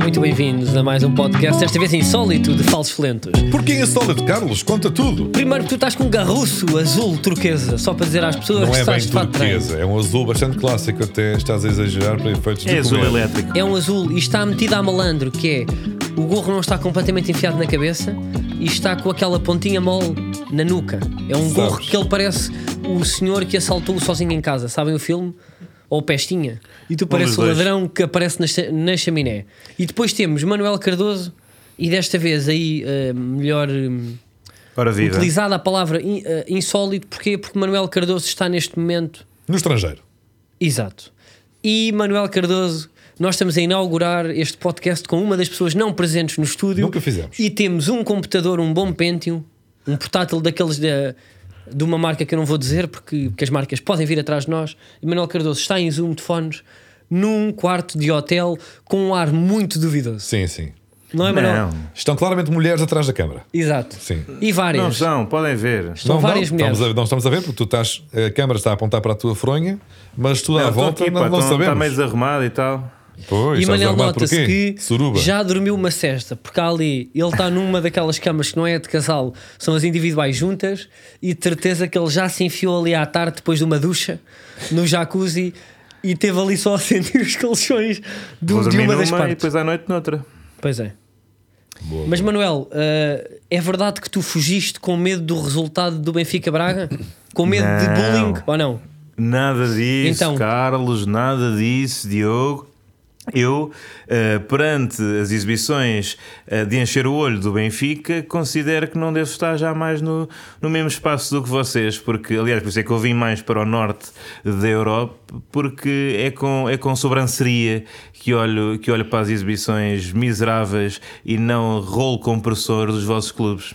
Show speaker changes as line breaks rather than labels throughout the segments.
muito bem-vindos a mais um podcast, desta vez insólito, de falsos lentos.
Porquê a sola de Carlos? Conta tudo.
Primeiro que tu estás com um garruço azul turquesa, só para dizer às pessoas
Não
que
é
estás
bem
de fato de treino.
turquesa, é um azul bastante clássico até, estás a exagerar para efeitos
É
de
azul
comédia.
elétrico.
É um azul e está metido a malandro, que é o gorro não está completamente enfiado na cabeça e está com aquela pontinha mole na nuca. É um gorro que ele parece o senhor que assaltou sozinho em casa, sabem o filme? Ou Pestinha. E
Um
tu pareces
dos
o
dois.
ladrão que aparece na, cha- na chaminé. E depois temos Manuel Cardoso e desta vez aí eh, melhor. hum,
Ora
É.
viva.
utilizada a palavra in- eh, insólito, porquê? Porque Manuel Cardoso está neste momento.
No estrangeiro.
Exato. E Manuel Cardoso, nós estamos a inaugurar este podcast com uma das pessoas não presentes no estúdio.
Nunca fizemos.
E temos um computador, um bom Pentium, um portátil daqueles da. De uma marca que eu não vou dizer porque, porque as marcas podem vir atrás de nós. E Manuel Cardoso está em Zoom de fones num quarto de hotel com um ar muito duvidoso.
Sim, sim.
Não é, Manuel?
Não,
Estão claramente mulheres atrás da câmara.
Exato.
Sim.
E várias.
não são, podem ver.
São várias mulheres.
Estamos a, não estamos a ver, porque tu estás, a câmara está a apontar para a tua fronha, mas tudo à volta não, não
Está
sabemos.
meio desarrumado e tal.
Pois,
E
estás
Manel
arrumado
nota-se
porquê?
que
Suruba.
já dormiu uma cesta, porque há ali ele está numa daquelas camas que não é de casal, são as individuais juntas, e de certeza que ele já se enfiou ali à tarde depois de uma ducha, no jacuzzi, e teve ali só a sentir os colchões
um-
Vou
do, de
dormir
uma
numa
das
e
partes.
depois à noite noutra.
Pois é.
Boa,
Mas Manuel, eh, é verdade que tu fugiste com medo do resultado do Benfica Braga? Com medo de
Não.
bullying ou não?
Nada disso,
Então.
Carlos, nada disso, Diogo. Eu, eh, perante as exibições eh, de encher o olho do Benfica, considero que não devo estar jamais no, no mesmo espaço do que vocês, porque, aliás, por isso é que eu vim mais para o norte da Europa, porque é com, é com sobranceria que olho, que olho para as exibições miseráveis e não rolo compressor dos vossos clubes.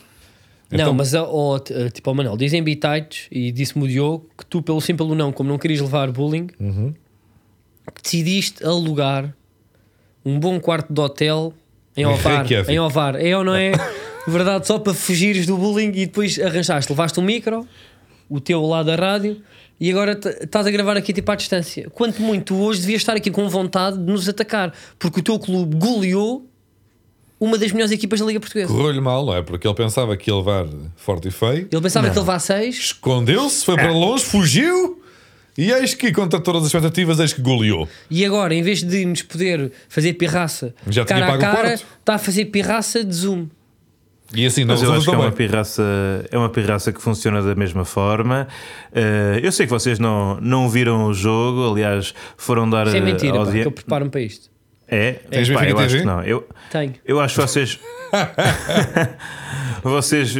Não,
Então-
mas ó, ó, t- eh, tipo, ó, Manel, dizem bitites e disse-me o Diogo que tu, pelo sim, pelo não, como não querias levar bullying, decidiste alugar um bom quarto de hotel em Ovar.
Reykjavik.
Em Ovar, é ou não é? Verdade, só para fugires do bullying e depois arranjaste, levaste um micro, o teu lá da rádio, e agora t- estás a gravar aqui tipo à distância. Quanto muito hoje devias estar aqui com vontade de nos atacar, porque o teu clube goleou uma das melhores equipas da Liga Portuguesa.
Correu-lhe mal, não é? Porque ele pensava que ia levar forte e feio,
Ele pensava que ele vá a 6.
escondeu-se, foi para longe, fugiu e eis que, contra todas as expectativas, eis que goleou.
E agora, em vez de nos poder fazer pirraça
Já tinha
cara a
pago o
cara,
quarto.
está a fazer pirraça de zoom.
E assim, não
Mas eu acho que é uma
resulta bem.
pirraça, é uma pirraça que funciona da mesma forma. Eh, eu sei que vocês não, não viram o jogo, aliás, foram dar
Isso é
eh,
mentira, pá,
audi-
que eu preparo-me para isto.
É,
Tens
Pá,
Benfica
eu acho
TV?
que não. Eu,
Tenho.
eu acho que vocês. vocês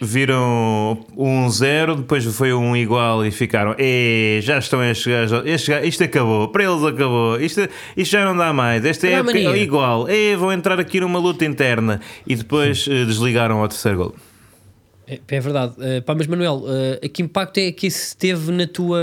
viram um zero, depois foi um igual e ficaram. "Eh, já estão a chegar. já- estes ga- isto acabou, para eles acabou. Isto, isto já não dá mais. Esta
Era a
época
mania.
é igual. "Eh, vão entrar aqui numa luta interna. E depois eh, desligaram ao terceiro gol.
É, é verdade. Eh, pá, mas Manuel, eh, que impacto é que isso teve na tua,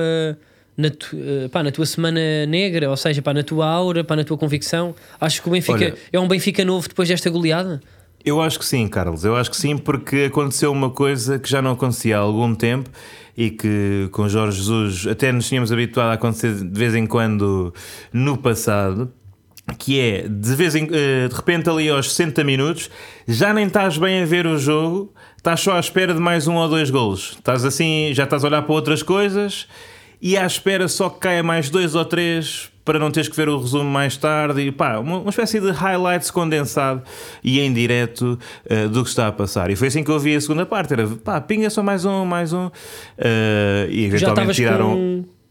na, tu- eh, pá, na tua semana negra? Ou seja, pá, na tua aura, pá, na tua convicção? Acho que o Benfica
Olha-
é um Benfica novo depois desta goleada?
Eu acho que sim, Carlos. Eu acho que sim, porque aconteceu uma coisa que já não acontecia há algum tempo e que com Jorge Jesus até nos tínhamos habituado a acontecer de vez em quando no passado. Que é de vez em eh, de repente ali aos 60 minutos, já nem estás bem a ver o jogo, estás só à espera de mais um ou dois golos. Estás assim, já estás a olhar para outras coisas e à espera só que caia mais dois ou três para não teres que ver o resumo mais tarde e pá, uma, uma espécie de highlights condensado e em direto eh, do que está a passar. E foi assim que eu vi a segunda parte, era pá, pinga só mais um, mais um eh, e
Já
eventualmente
estavas
tiraram...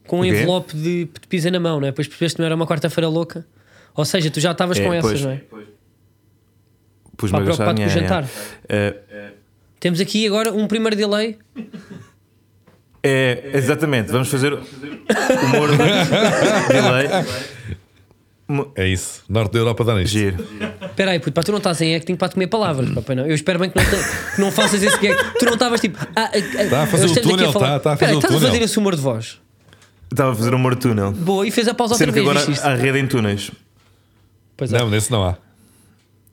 com, com um
O quê?
envelope de, de pizza na mão, não é? Depois percebeste que não era uma quarta-feira louca? Ou seja, tu já estavas
É,
com essas,
pois.
não é?
Pus-me
Pá,
a
preocupado
gastar
com o
dinheiro,
jantar.
é. Eh,
Temos aqui agora um primeiro delay
É, exatamente. Vamos fazer humor de delay. Mo-
É isso. Norte da Europa dá nisto.
Giro.
Espera aí, puto, pá, tu não estás em acting para comer palavras, pá, pá, não. Eu espero bem que não, te- que não faças esse gag. Tu não estavas tipo. Ah,
Tá a fazer o túnel, tá, tá a fazer o
estás a
túnel.
fazer esse humor de voz.
Estava a fazer humor de túnel.
Boa, e fez a pausa outra
Sendo que
vez.
agora
viste isto?
há rede em túneis.
Pois é.
Não, nesse não há.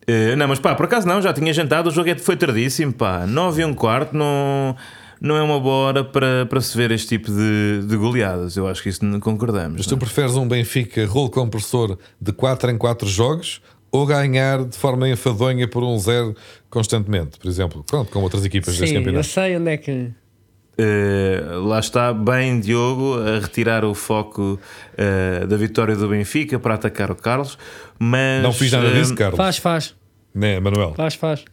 Eh, não, mas pá, por acaso não, já tinha jantado, o jogo é- foi tardíssimo, pá. 9 e um quarto não, não é uma boa hora para, para se ver este tipo de, de goleadas. Eu acho que isso não é? concordamos.
Mas tu preferes um Benfica rolo compressor de 4 em 4 jogos ou ganhar de forma enfadonha por um zero constantemente, por exemplo. Pronto, como outras equipas deste
Sim, eu
campeonato.
sei onde é que.
Uh, lá está bem Diogo a retirar o foco uh, da vitória do Benfica para atacar o Carlos, mas
Não fiz nada
uh,
disso, Carlos.
Faz, faz,
Né, Manuel?
faz, faz.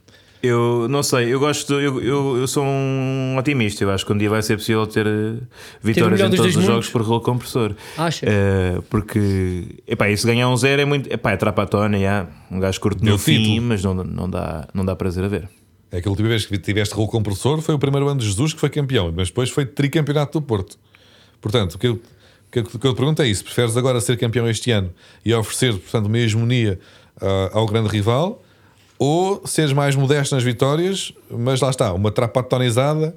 Eu não sei, eu gosto, eu, eu, eu sou um otimista. Eu acho que um dia vai ser possível ter eh, vitórias
melhor
em
dos
todos
dois
os jogos
mundos.
por rolo compressor.
Acha?
Eh, porque, epá, isso ganhar um zero é muito. Epá, é trapatona, já. Um gajo curto
Deu
no fim,
título.
mas não, não, dá, não dá prazer a ver.
É que a última vez que tiveste rolo compressor foi o primeiro ano de Jesus que foi campeão, mas depois foi tricampeonato do Porto. Portanto, o que eu, o que eu- o que eu te pergunto é isso: preferes agora ser campeão este ano e oferecer, portanto, uma hegemonia ah, ao grande rival ou seres mais modesto nas vitórias, mas lá está, uma trapatonizada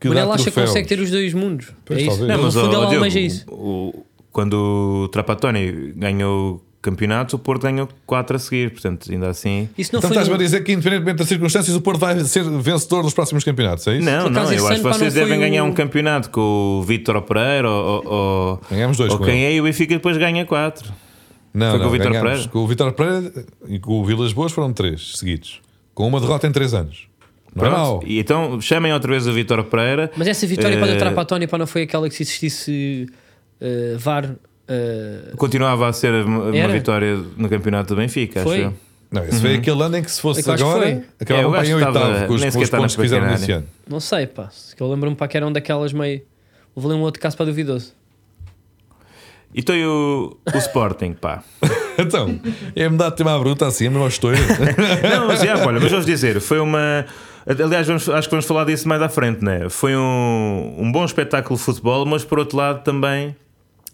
que
O
dá
Manel acha que
troféu.
consegue ter os dois mundos.
Pois,
é isso?
talvez.
Não,
Não,
mas
ó,
fundo, ele
Diogo,
almeja é isso.
o- quando o Trapatoni ganhou o campeonato, o Porto ganhou 4 a seguir. Portanto, ainda assim.
Isso não
Então
foi.
estás-me a
Um...
dizer que, independentemente das circunstâncias, o Porto vai ser vencedor dos próximos campeonatos, é isso?
Não,
Por acaso,
não, eu
este
acho que
ano, pá,
vocês
não foi
devem ganhar
o-
um campeonato com o Vítor Pereira ou, ou,
Ganhamos dois
ou
com
quem é e o Benfica depois ganha 4.
Não,
Foi
não,
com o Vítor
ganhámos.
Pereira?
Com o Vitor Pereira e com o Vilas Boas foram três seguidos. Com uma derrota em três anos. Não é mau.
Pronto. E então chamem outra vez o Vítor Pereira.
Mas essa vitória
Eh,
para o Trapatónia pá, não foi aquela que se existisse eh, VAR. eh,
Continuava a ser uma
Era?
vitória no campeonato do Benfica,
Foi?
acho eu.
Não, esse foi aquele ano em que se fosse
É que eu acho que
agora,
foi.
É, Uhum. eu
acabavam para
acho
aí em
que estava-
oitavo com os,
nem
com os
sequer
pontos que
estava
fizeram
na
nesse ano.
não sei, pá. se Que eu lembro-me para que era um daquelas meio. Houve ali um outro caso para duvidoso.
Então e o, o Sporting, pá.
Então, é mudar de tema à bruta assim, mas não estou. eu.
Não, mas já, olha, mas vamos dizer, foi uma. Aliás, vamos- acho que vamos falar disso mais à frente, né? Foi um, um bom espetáculo de futebol, mas por outro lado também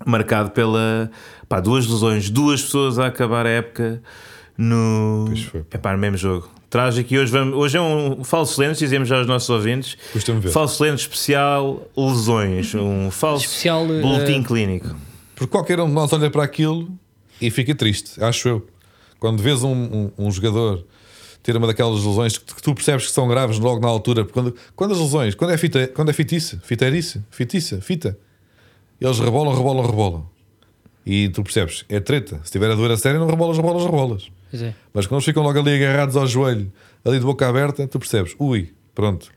marcado pela pá, duas lesões, duas pessoas a acabar a época no,
foi, pá.
Epá, no mesmo jogo. Trágico. E hoje, vamos, hoje é um falso lento, dizemos já aos nossos ouvintes.
Costumo ver.
Falso lento especial lesões. Um falso
Especial, eh,
boletim clínico.
Porque qualquer um de nós olha para aquilo e fica triste, acho eu. Quando vês um, um- um jogador ter uma daquelas lesões que, que tu percebes que são graves logo na altura, porque quando, quando as lesões, quando é, fita, quando é fitiça, fiteirice, fitiça, fita, eles rebolam, rebolam, rebolam. E tu percebes, é treta. Se tiver a doer a sério, não rebolas, rebolas, rebolas.
Pois é.
Mas quando eles ficam logo ali agarrados ao joelho, ali de boca aberta, tu percebes, ui, pronto,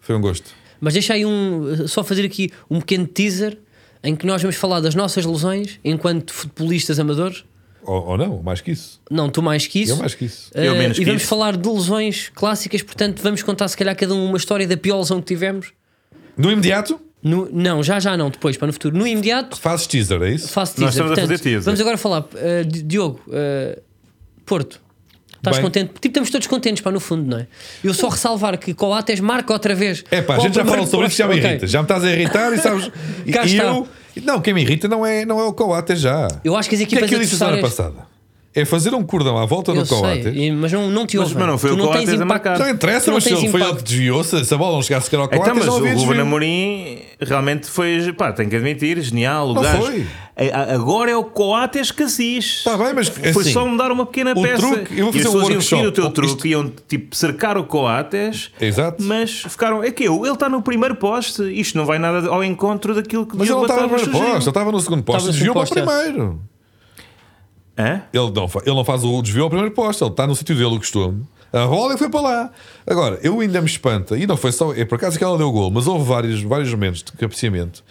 foi um gosto.
Mas deixa aí um. Só fazer aqui um pequeno teaser em que nós vamos falar das nossas lesões enquanto futebolistas amadores.
Ou, ou não, mais que isso.
Não, tu mais que isso.
Eu mais que isso.
Eh,
Eu menos
e
que
vamos
isso.
falar de lesões clássicas, portanto, vamos contar se calhar cada um uma história da pior lesão que tivemos.
No imediato,
No- não, já já não, depois, para no futuro. No imediato,
fazes teaser, é isso?
faço teaser.
Nós estamos a
Portanto,
fazer teaser.
Vamos agora falar, eh, Di- Diogo, eh, Porto. Estás
Bem.
contente? Tipo, estamos todos contentes, pá, no fundo, não é? Eu só ressalvar que Coates marca outra vez.
É pá, a
Ao
gente já
primeiro
falou sobre isso, já me
posto. Ok.
irrita. Já me estás a irritar e sabes. e
Cá
e
está.
eu. Não, quem me irrita não é, não é o Coates já.
Eu acho que as
O que é
equipas
que eu disse a semana
adversárias-
passada? É fazer um cordão à volta
Eu
do Coates.
sei, e- mas não, não te
Mas,
ouvem.
mas não foi
Tu
o é
tens
Coates a
impacto.
marcar.
Não interessa,
Não
mas se
tens
ele foi ele
impacto.
que desviou, se, se a bola não chegasse sequer ao Coates,
Então, mas
não
o
havia
Ruben
desvio.
Amorim realmente foi, pá, tenho que admitir, genial. O
Não
gajo.
foi.
A- a- Agora é o Coates Cassis.
Tá bem, mas,
foi
assim,
só mudar uma pequena
o
peça.
truque- eu vou
e as
fazer um
pessoas iam seguir
workshop.
o teu
Isto-
truque, iam tipo cercar o Coates.
Exato.
Mas ficaram. É que eu, ele está no primeiro poste. Isto não vai nada ao encontro daquilo que
Mas ele
Diogo
não estava no
Batalha
primeiro posto, ele
sugeriu.
estava no segundo posto
Estava no
e desviou para o
segundo posto, é.
primeiro.
Hã?
Ele não, fa- ele não faz o desvio ao primeiro posto, ele está no sítio dele, o costume. A bola e foi para lá. Agora, eu ainda me espanta, e não foi só. É por acaso que ela deu o gol, mas houve vários, vários momentos de cabeceamento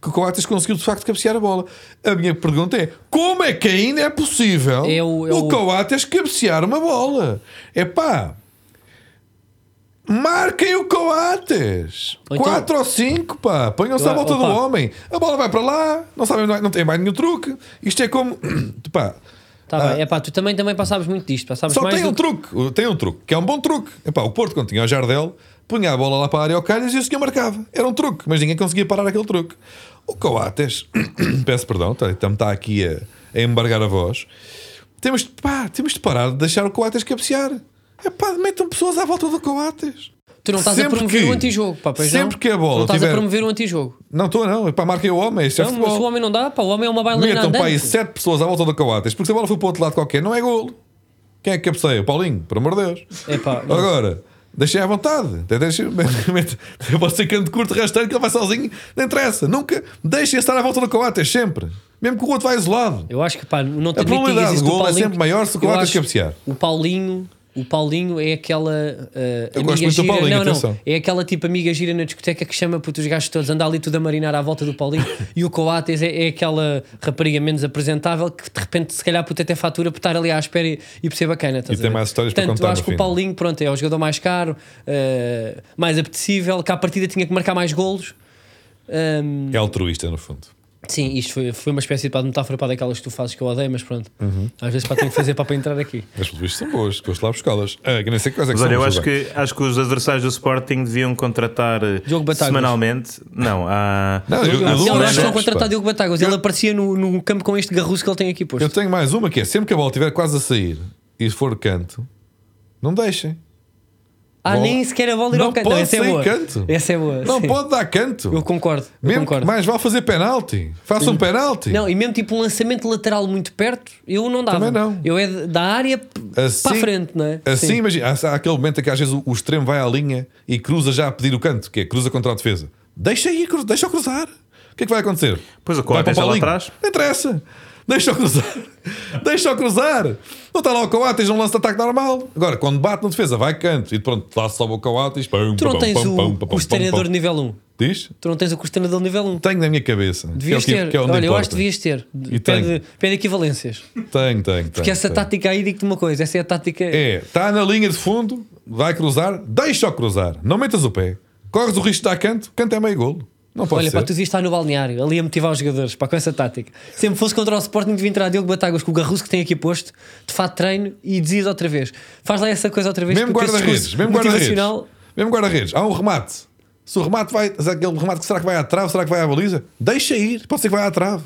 que o Coates conseguiu de facto cabecear a bola. A minha pergunta é: como é que ainda é possível
É o- é o-
Coates cabecear uma bola? É pá. Marquem o Coates!
Ou então-
4 ou 5, pá! Ponham-se à
Ou-
volta
opa.
do homem! A bola vai para lá, não sabem, não tem mais nenhum truque. Isto é como. pá,
Tá bem, é pá, tu também, também passavas muito disto, passavas
Ah. só
mais
tem
do
um
que-
truque, tem um truque, que é um bom truque. Epá, o Porto, quando tinha o Jardel, punha a bola lá para a área ao Calhas e o senhor marcava. Era um truque, mas ninguém conseguia parar aquele truque. O Coates, peço perdão, está tá aqui a, a embargar a voz. Temos de, pá, temos de parar de deixar o Coates cabecear. Epá, metam pessoas à volta do Coates.
Tu não estás a
Sempre
promover
que-
o antijogo, pá, pois
sempre
não?
que a bola
Tu não estás
tiver-
a promover o antijogo.
Não estou, não. Epá, marquem o homem. Isto é
Não, mas
futebol.
o homem não dá, pá, o homem é uma bailarina
Metam
andante.
para aí sete pessoas à volta do Coates, porque se a bola for para o outro lado qualquer, não é golo. Quem é que cabeceia? Paulinho, por amor de Deus.
Epá, não.
Agora, deixem à vontade. Até deixem- Pode ser canto curto, rasteiro, que ele vai sozinho, não interessa. Nunca deixem estar à volta do Coates, sempre. Mesmo que o outro vai isolado.
Eu acho que pá, não
A
tem
probabilidade de gol é sempre maior se o
eu
Coates
acho
cabecear.
O Paulinho, o Paulinho é aquela eh,
Eu
amiga
gosto muito do
gira,
Paulinho,
não,
atenção.
não, é aquela tipo amiga gira na discoteca que chama para os gajos todos andar ali tudo a marinar à volta do Paulinho e o Coates é, é aquela rapariga menos apresentável que de repente se calhar puta até fatura por estar ali à espera e, e por ser bacana. estás
E
a
tem
ver?
mais histórias para
Portanto,
contar
eu acho
no
que
fim.
o Paulinho pronto, é o jogador mais caro, eh, mais apetecível, que à partida tinha que marcar mais golos. Ahm,
É altruísta, no fundo.
Sim, isto foi, foi uma espécie de, pá, de metáfora para daquelas que tu fazes que eu odeio, mas pronto. Às vezes para tenho que fazer pá, para entrar aqui.
Mas pelo visto são boas, gosto lá buscá-las. Ah, que nem sei que coisa é que
Mas olha,
são,
eu
mas
acho
tudo bem.
que, acho que os adversários do Sporting deviam contratar eh,
Diogo Batagas.
semanalmente. Não, há.
Não, eu-
Não,
eu dou
eu acho que não
um
contratar
pá.
Diogo Batagas. Ele aparecia no, no campo com este garruço que ele tem aqui posto.
Eu tenho mais uma que é: sempre que a bola estiver quase a sair e for canto, não deixem.
ah,
bola-
nem sequer a bola ir
Não
ao canto.
pode
Essa é
ser
boa.
canto.
Essa é boa.
Não
sim.
pode dar canto.
Eu concordo. eu
Mesmo que
concordo.
mais vale fazer penalti. Faça um penalti.
Não, e mesmo tipo um lançamento lateral muito perto, eu não dava.
Também não.
Eu é de- da área p-
Assim-
para a frente, não é?
Assim,
Sim.
imagina, há, há aquele momento em que às vezes o, o extremo vai à linha e cruza já a pedir o canto, que é cruza contra a defesa. Deixa aí, cru- deixa-o cruzar. O que é que vai acontecer?
Pois o
Vai para
Coates está lá
Paulinho.
atrás.
Não interessa. Deixa-o cruzar. Deixa-o cruzar. Não está lá o Coates, um lance de ataque normal. Agora, quando bate na defesa, vai canto. E pronto, lá sobe o Coates. Pum,
Tu não
pum,
tens
pum,
o,
pum, pum,
o
pum, pum,
treinador
pum.
nível 1.
Diz?
Tu não tens o treinador nível 1.
Tenho na minha cabeça.
Devias
que é o que-
ter.
que é onde
Olha, eu acho
importa.
que devias ter.
E
Pede,
tenho.
pede equivalências.
Tenho, tenho.
Porque essa tática aí, digo-te uma coisa, essa é a tática.
É, está na linha de fundo, vai cruzar, deixa-o cruzar, não metas o pé, corres o risco de dar canto, canto é meio golo. Não pode
Olha,
ser.
para tu devias estar no balneário, ali a motivar os jogadores, para com essa tática. Sempre fosse contra o Sporting, devia entrar Diogo Batagas com o garruço que tem aqui posto, de fato treino e dizias outra vez. Faz lá essa coisa outra vez.
mesmo
porque esse
guarda-redes,
discurso
mesmo guarda-redes.
motivacional-
Mesmo guarda-redes, há um remate. Se o remate vai, aquele remate que será que vai à trave, será que vai à baliza? Deixa ir, pode ser que vai à trave.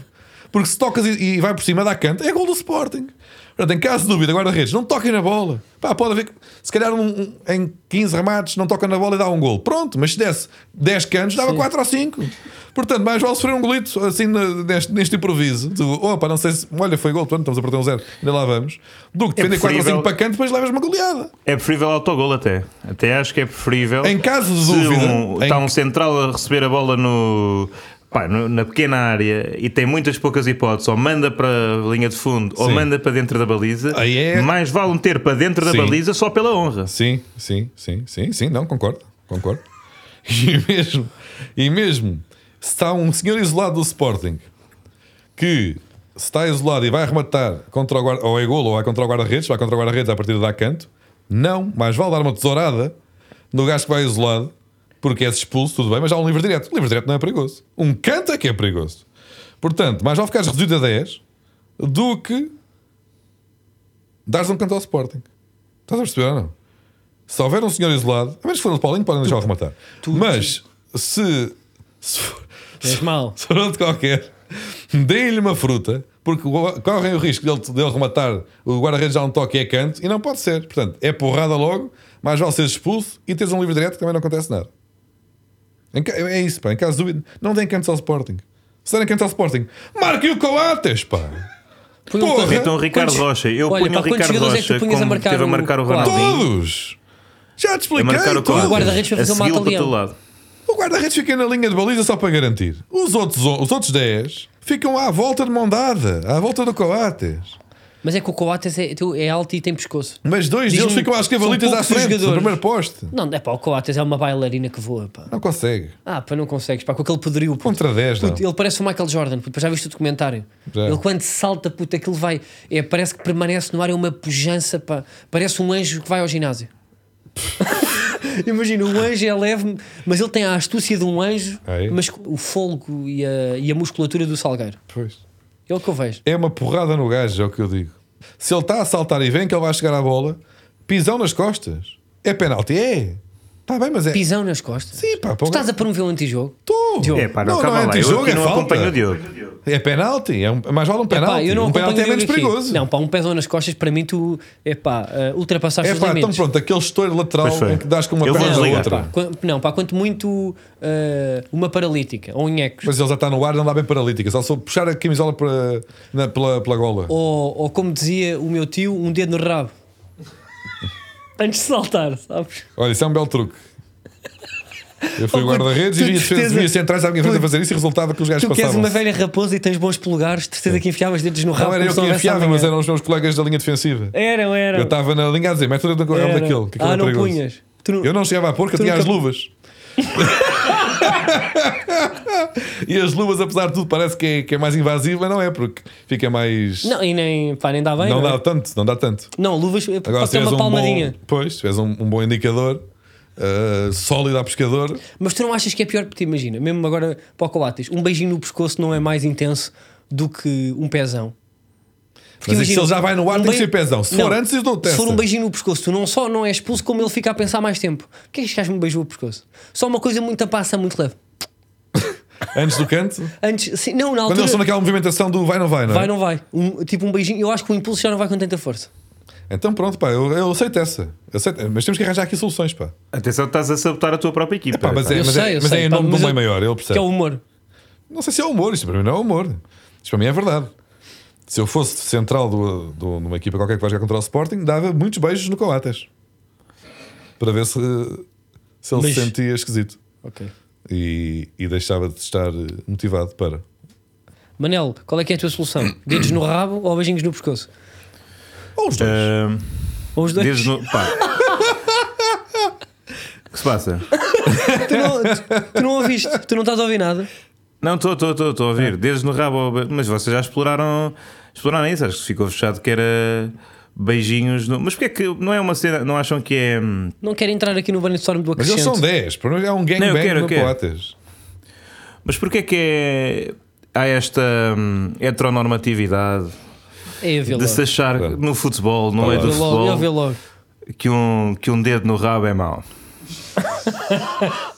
Porque se tocas e, e vai por cima, dá canto, é gol do Sporting. Portanto, em caso de dúvida, guarda-redes, não toquem na bola. Pá, pode haver, que- se calhar um- um- em 15 remates não toca na bola e dá um gol. Pronto, mas se desse 10 cantos, dava 4 ou 5. Portanto, mais vale sofrer um golito assim na- neste, neste improviso. Do, opa, não sei se. Olha, foi gol, portanto, estamos a perder um zero, ainda lá vamos. Do que depender 4 ou
preferível-
5 para canto, depois levas uma goleada.
É preferível autogol até. Até acho que é preferível.
Em caso de
se
dúvida,
um-
em-
Está um central a receber a bola no, pá, no- na pequena área e tem muitas poucas hipóteses. Ou manda para a linha de fundo ou
Sim.
manda para dentro da baliza.
Aí é-
Mais vale meter para dentro da
Sim.
baliza só pela honra.
Sim, sim, sim, sim, sim, não, concordo, concordo. E mesmo, e mesmo se está um senhor isolado do Sporting que se está isolado e vai arrematar contra o guarda, ou é golo ou vai contra o guarda-redes, vai contra o guarda-redes à partida dá canto, não, mais vale dar uma tesourada no gajo que vai isolado, porque é expulso, tudo bem, mas há um livre direto. Livre direto não é perigoso. Um canto é que é perigoso. Portanto, mais vale ficares reduzido a 10 do que dares um canto ao Sporting. Estás a perceber ou não? Se houver um senhor isolado, a menos que for o Paulinho, podem deixar o rematar. Mas se. se for-
És mau.
se for outro qualquer, deem-lhe uma fruta, porque o- correm o risco dele, dele rematar o guarda-redes já um toque e é canto, e não pode ser. Portanto, é porrada logo, mais vale seres expulso e teres um livre direto que também não acontece nada. Em ca- é isso, pá. Em caso de dúvida, não deem cantos ao Sporting. Se derem cantos ao Sporting, marquem o Coates,
Tá
pá!
Põe um
Porra!
corre-
Então, Ricardo
Quantos-
Rocha. Eu
Olha,
ponho
pá,
o
quantos
Ricardo
jogadores é que tu
Rocha
punhas a
como
marcar
teve a
o-
marcar o
o Coates?
Ronaldinho.
Todos! Já te
A
expliquei,
É marcar o
todos.
Coates.
O guarda-redes foi
A
fazer um
segui-lo para
mata-leão.
todo lado.
O guarda-redes fica na linha de baliza só para garantir. Os outros, on- os outros 10 ficam à volta de mão dada, à volta do Coates.
Mas é que o Coates é, tu- é alto e tem pescoço.
Mas dois
Diz-me,
deles ficam às
são
cavalitas à
poucos
frente, no
jogadores.
primeiro poste.
Não, é pá, o Coates é uma bailarina que voa, pá.
Não consegue.
Ah, pá, não consegues, pá, com aquele poderio. puto.
Contra 10, não.
Puto, ele parece o Michael Jordan, puto, já viste o documentário.
Já.
Ele quando salta, puto, aquilo vai. É, parece que permanece no ar, é uma pujança, pá. Parece um anjo que vai ao ginásio. Imagina, o anjo é leve, mas ele tem a astúcia de um anjo,
É.
mas com o fôlego e a, e a musculatura do salgueiro.
Pois.
É o que eu vejo.
É uma porrada no gajo, é o que eu digo. Se ele está a saltar e vem que ele vai chegar à bola, pisão nas costas. É penalti, é. Está bem, mas é.
Pisão nas costas.
Sim, pá,
tu
pô,
estás a promover um antijogo?
Tô.
Diogo.
É, pá, não,
Não,
calma
não é
lá. Eu
antijogo,
aqui
é
não
falta.
acompanho o Diogo.
É penalti, é um, mais vale um penalti.
Pá, eu não
um
acompanho
penalti é
o
menos
Diogo aqui.
perigoso.
Não, pá, um pezão nas costas, para mim, tu é pá, eh, ultrapassaste
É
os
pá, então
limites.
pronto, aquele estouro lateral
Pois foi.
em que dás com uma
Eu vou
perna na
desligar.
outra.
Pá, quan- não, pá, quanto muito eh, uma paralítica ou um nhecos.
Mas ele já está no ar, não dá bem paralítica. Só se eu puxar a camisola para, na- pela, pela gola.
Ou, ou como dizia o meu tio, um dedo no rabo. Antes de saltar, sabes?
Olha, isso é um belo truque. Eu fui
Oh,
guarda-redes e
tu de
via defesa,
certeza-
via centrais à minha frente a
tu-
fazer isso e resultava que os gajos
Tu que és
passavam.
uma velha raposa e tens bons polegares, de certeza que enfiavas dedos no rabo.
Não era
como se
eu que
houvesse
enfiava, mas
amanhã.
eram os meus colegas da linha defensiva.
Eram, eram.
Eu estava na linha a dizer, mas tu não é
eram.
daquele. que aquilo
Ah,
é
não
perigoso.
punhas. Tu não-
Eu não chegava à porca,
Tu
tinha as
nunca-
luvas. e as luvas, apesar de tudo, parece que é, que é mais invasivo, mas não é, porque fica mais.
Não, e nem, pá, nem dá bem.
não
é?
dá tanto, não dá tanto.
Não, luvas, eh,
Agora,
pode
se
ter
tiveres
uma
um
palmadinha.
bom, pois, se tiveres um, um bom indicador ah, sólido a pescador,
Mas tu não achas que é pior? Porque imagina, mesmo agora para o Coates, um beijinho no pescoço não é mais intenso do que um pezão. Porque um
Mas é que se ele já vai no ar, tem que ser pezão. Se for antes, eles não
Se for
testam.
um beijinho no pescoço, tu não só não é expulso, como ele fica a pensar mais tempo. Porquê é que este gajo me beijou o pescoço? Só uma coisa muito a passa, muito leve.
antes do canto,
Antes, sim, não, na
quando
altura.
eles estão naquela movimentação do vai, não vai, não é?
Vai, não vai. Um- tipo um beijinho, eu acho que o impulso já não vai com tanta força.
Então pronto, pá, eu, eu aceito essa. Eu aceito, mas temos que arranjar aqui soluções, pá.
Atenção, estás a sabotar a tua própria equipa.
Pá, mas é,
eu
mas
sei,
é,
eu
mas
sei.
é em
pá,
nome
mas
do
eu-
bem maior, ele
Que
percebe.
é o humor.
Não sei se é humor, isto para mim não é humor. Isto para mim é verdade. Se eu fosse central do- do- de uma equipa qualquer que vai jogar contra o Sporting, dava muitos beijos no Coates para ver se, se ele se
Beijo.
sentia esquisito
Ok.
e, e deixava de estar motivado para.
Manel, qual é que é a tua solução? Dedos no rabo ou beijinhos no pescoço?
Ou os
Eh,
dois.
Ah,
Ou os dois?
desde no- pá. O que se passa?
Tu, não, tu- tu não ouviste, tu não estás a ouvir nada.
Não, estou, estou, estou, estou a ouvir. Desde no rabo. ao be- Mas vocês já exploraram, exploraram isso. Acho que ficou fechado que era beijinhos. No... Mas porque é que não é uma cena. Não acham que é. hum,
Não quero entrar aqui no brainstorm do
Mas eles
acrescente.
são 10, para mim é um
Não, eu
gangbang
quero, eu
no
quero.
Coates.
Mas porque é que é. Há esta hum, heteronormatividade
É a ver
de
logo.
se achar
Claro.
no futebol, no
Claro.
meio do
Eu logo, eu vi
futebol,
logo.
que um, que um dedo no rabo é mau.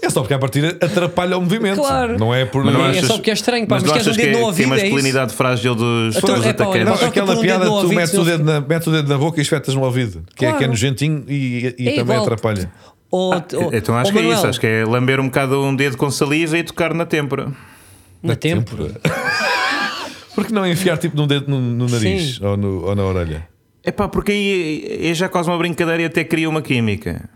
É só porque a partida atrapalha o movimento.
Claro.
Não é por.
Mas
não
não é
é-
só porque é estranho, pá, mas
tu
queres um
achas
dedo
que
no
é-
ouvido,
Que é a
é isso?
masculinidade frágil dos,
Então,
dos
é pá, olha,
atacantes.
Não,
Toca por
aquela
um
piada
dedo no
tu
ouvido,
metes
se
o,
não-
dedo na, metes o dedo na boca e espetas no ouvido, que é que é
Claro.
nojentinho e, e
É
também
igual.
atrapalha.
Ou- ou-
Então acho
ou
que
oh,
é
Manuel,
isso, acho que é lamber um bocado um dedo com saliva e tocar na têmpora.
Na tempo.
Porque é? não enfiar tipo num dedo no, no nariz ou, no- ou na orelha?
É pá, porque aí é já quase uma brincadeira e até cria uma química.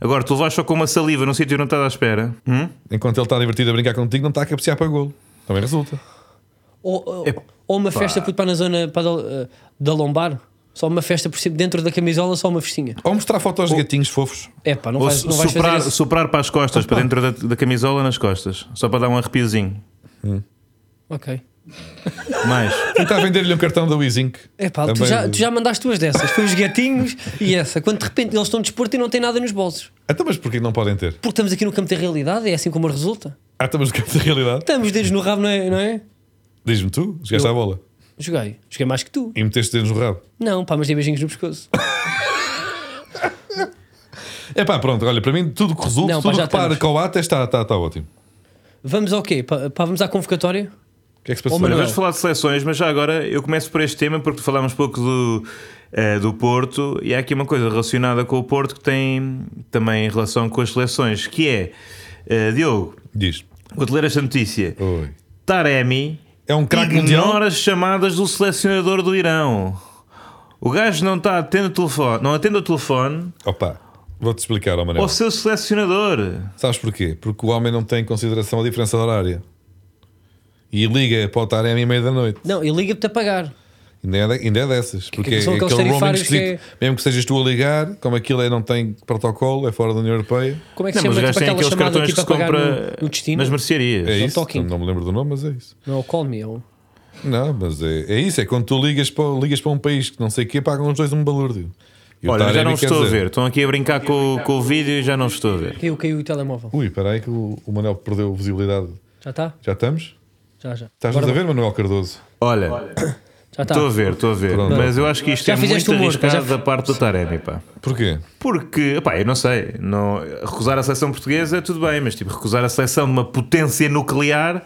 Agora, tu levas só com uma saliva num sítio onde não estás à espera. Hum?
Enquanto ele está divertido a brincar contigo, não está a cabecear para golo. Também resulta.
Ou, ou-
É-
ou uma festa puto, para na zona pá, da, eh, da lombar. Só uma festa por cima, dentro da camisola, só uma festinha.
Ou mostrar fotos de gatinhos fofos.
É pá, não,
Ou
vais,
su-
não vais
soprar,
fazer isso.
soprar para as costas, para dentro da, da camisola nas costas. Só para dar um arrepiozinho.
Ok.
Mais.
Tentar vender-lhe um cartão da Wizink.
É pá, tu
Também-
já, tu já mandaste duas dessas. Foi os gatinhos e essa. Quando de repente eles estão de desporto e não têm nada nos bolsos.
Então, mas porquê que não podem ter?
Porque estamos aqui no campo da realidade, é assim como resulta.
Ah, estamos no campo da realidade.
Estamos dedos no rabo, não é? Não é?
Diz-me tu, chegaste à bola
Joguei. Joguei mais que tu.
e meteste dedos no rabo.
Não, pá, mas dei beijinhos no pescoço.
É pá, pronto, olha, para mim tudo que resulta,
Não, pá,
tudo
já
que para
estamos.
Coates está, está, está ótimo.
Vamos ao quê? Pá, pá, vamos à convocatória?
O que é que se passou?
Oh, Manuel.
Olha, vamos falar de seleções, mas já agora eu começo por este tema porque falámos pouco do, eh, do Porto e há aqui uma coisa relacionada com o Porto que tem também relação com as seleções, que é, eh, Diogo,
Diz.
vou-te ler esta notícia.
Oi.
Taremi
É um craque mundial.
ignora as chamadas do selecionador do Irão. O gajo não está atendo o telefone, não atende o telefone
Opa, vou-te explicar, ó Manel.
ao seu
é
selecionador.
Sabes porquê? Porque o homem não tem em consideração a diferença horária. E liga é para o Taremi à meia da noite.
Não, e liga-te a pagar.
Ainda é, de- ainda é dessas. Porque é
são aqueles
aquele roaming
tarifários é- que
esquisito. Mesmo que sejas tu a ligar, como aquilo é, não tem protocolo, é fora da União Europeia.
Como é que
Não,
se
mas o
chama
gajo
tipo,
tem
aquela
aqueles
chamada
cartões
aqui
que
para
se
pagar
compra
no, no destino?
nas mercearias. Então,
É
Não
isso.
toquem.
Não me lembro do nome, mas é isso.
Não, call me. é o-
Não, mas é, é isso. É quando tu ligas para, ligas para um país que não sei o quê, pagam os dois um balúrdio. E o
Olha, eu já
Taremi
não vos
quer
estou a
dizer-
ver. Estão aqui a brincar com, o- com o vídeo e já não vos estou a ver.
Caiu, caiu o telemóvel.
Ui, espera aí que o, o Manuel perdeu visibilidade.
Já está?
Já estamos?
Já, já.
Estás-nos a
Agora-
ver, Manuel Cardoso?
Olha,
Já está.
estou a ver, estou a ver.
Pronto.
Mas eu acho que isto
Tá. Já
é
fizeste
muito
humor, pá, já
arriscado
fi-
da parte do Taremi, pá.
Porquê?
Porque, pá, eu não sei. Não, recusar a seleção portuguesa, tudo bem, mas tipo, recusar a seleção de uma potência nuclear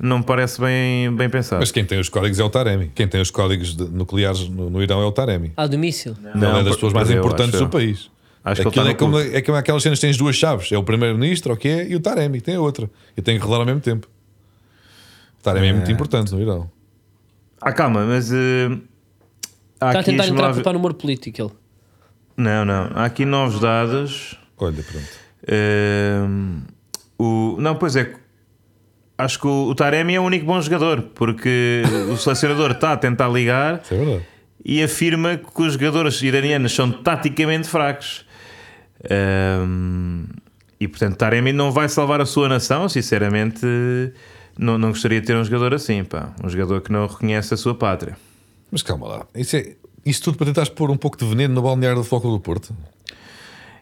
não me parece bem, bem pensado.
Mas quem tem os códigos é o Taremi. Quem tem os códigos de- nucleares no, no Irão é o Taremi.
Ah, do míssil.
Não, é das pessoas mais
eu
importantes
acho-
do país.
Acho que ele
Aquilo
tá
é,
no
como,
clube.
é como aquelas cenas que tens duas chaves. É o primeiro-ministro, o que é, e o Taremi, tem a outra. E tem que rodar ao mesmo tempo. O Taremi é, muito importante no Irão.
Ah, calma, mas. eh,
Está Tá
há
a
aqui
tentar
deixa-me lá
entrar
ver-
para o humor político ele.
Não, não. Há aqui novos dados.
Olha, pronto.
Ehm, O... Não, pois é. Acho que o o Taremi é o único bom jogador, porque o selecionador está a tentar ligar
Isso é verdade.
e afirma que os jogadores iranianos são taticamente fracos. Ahm, e portanto, Taremi não vai salvar a sua nação. Sinceramente, não, não gostaria de ter um jogador assim, pá. Um jogador que não reconhece a sua pátria.
Mas calma lá. Isso, é, isso tudo para tentares pôr um pouco de veneno no balneário do Foco do Porto.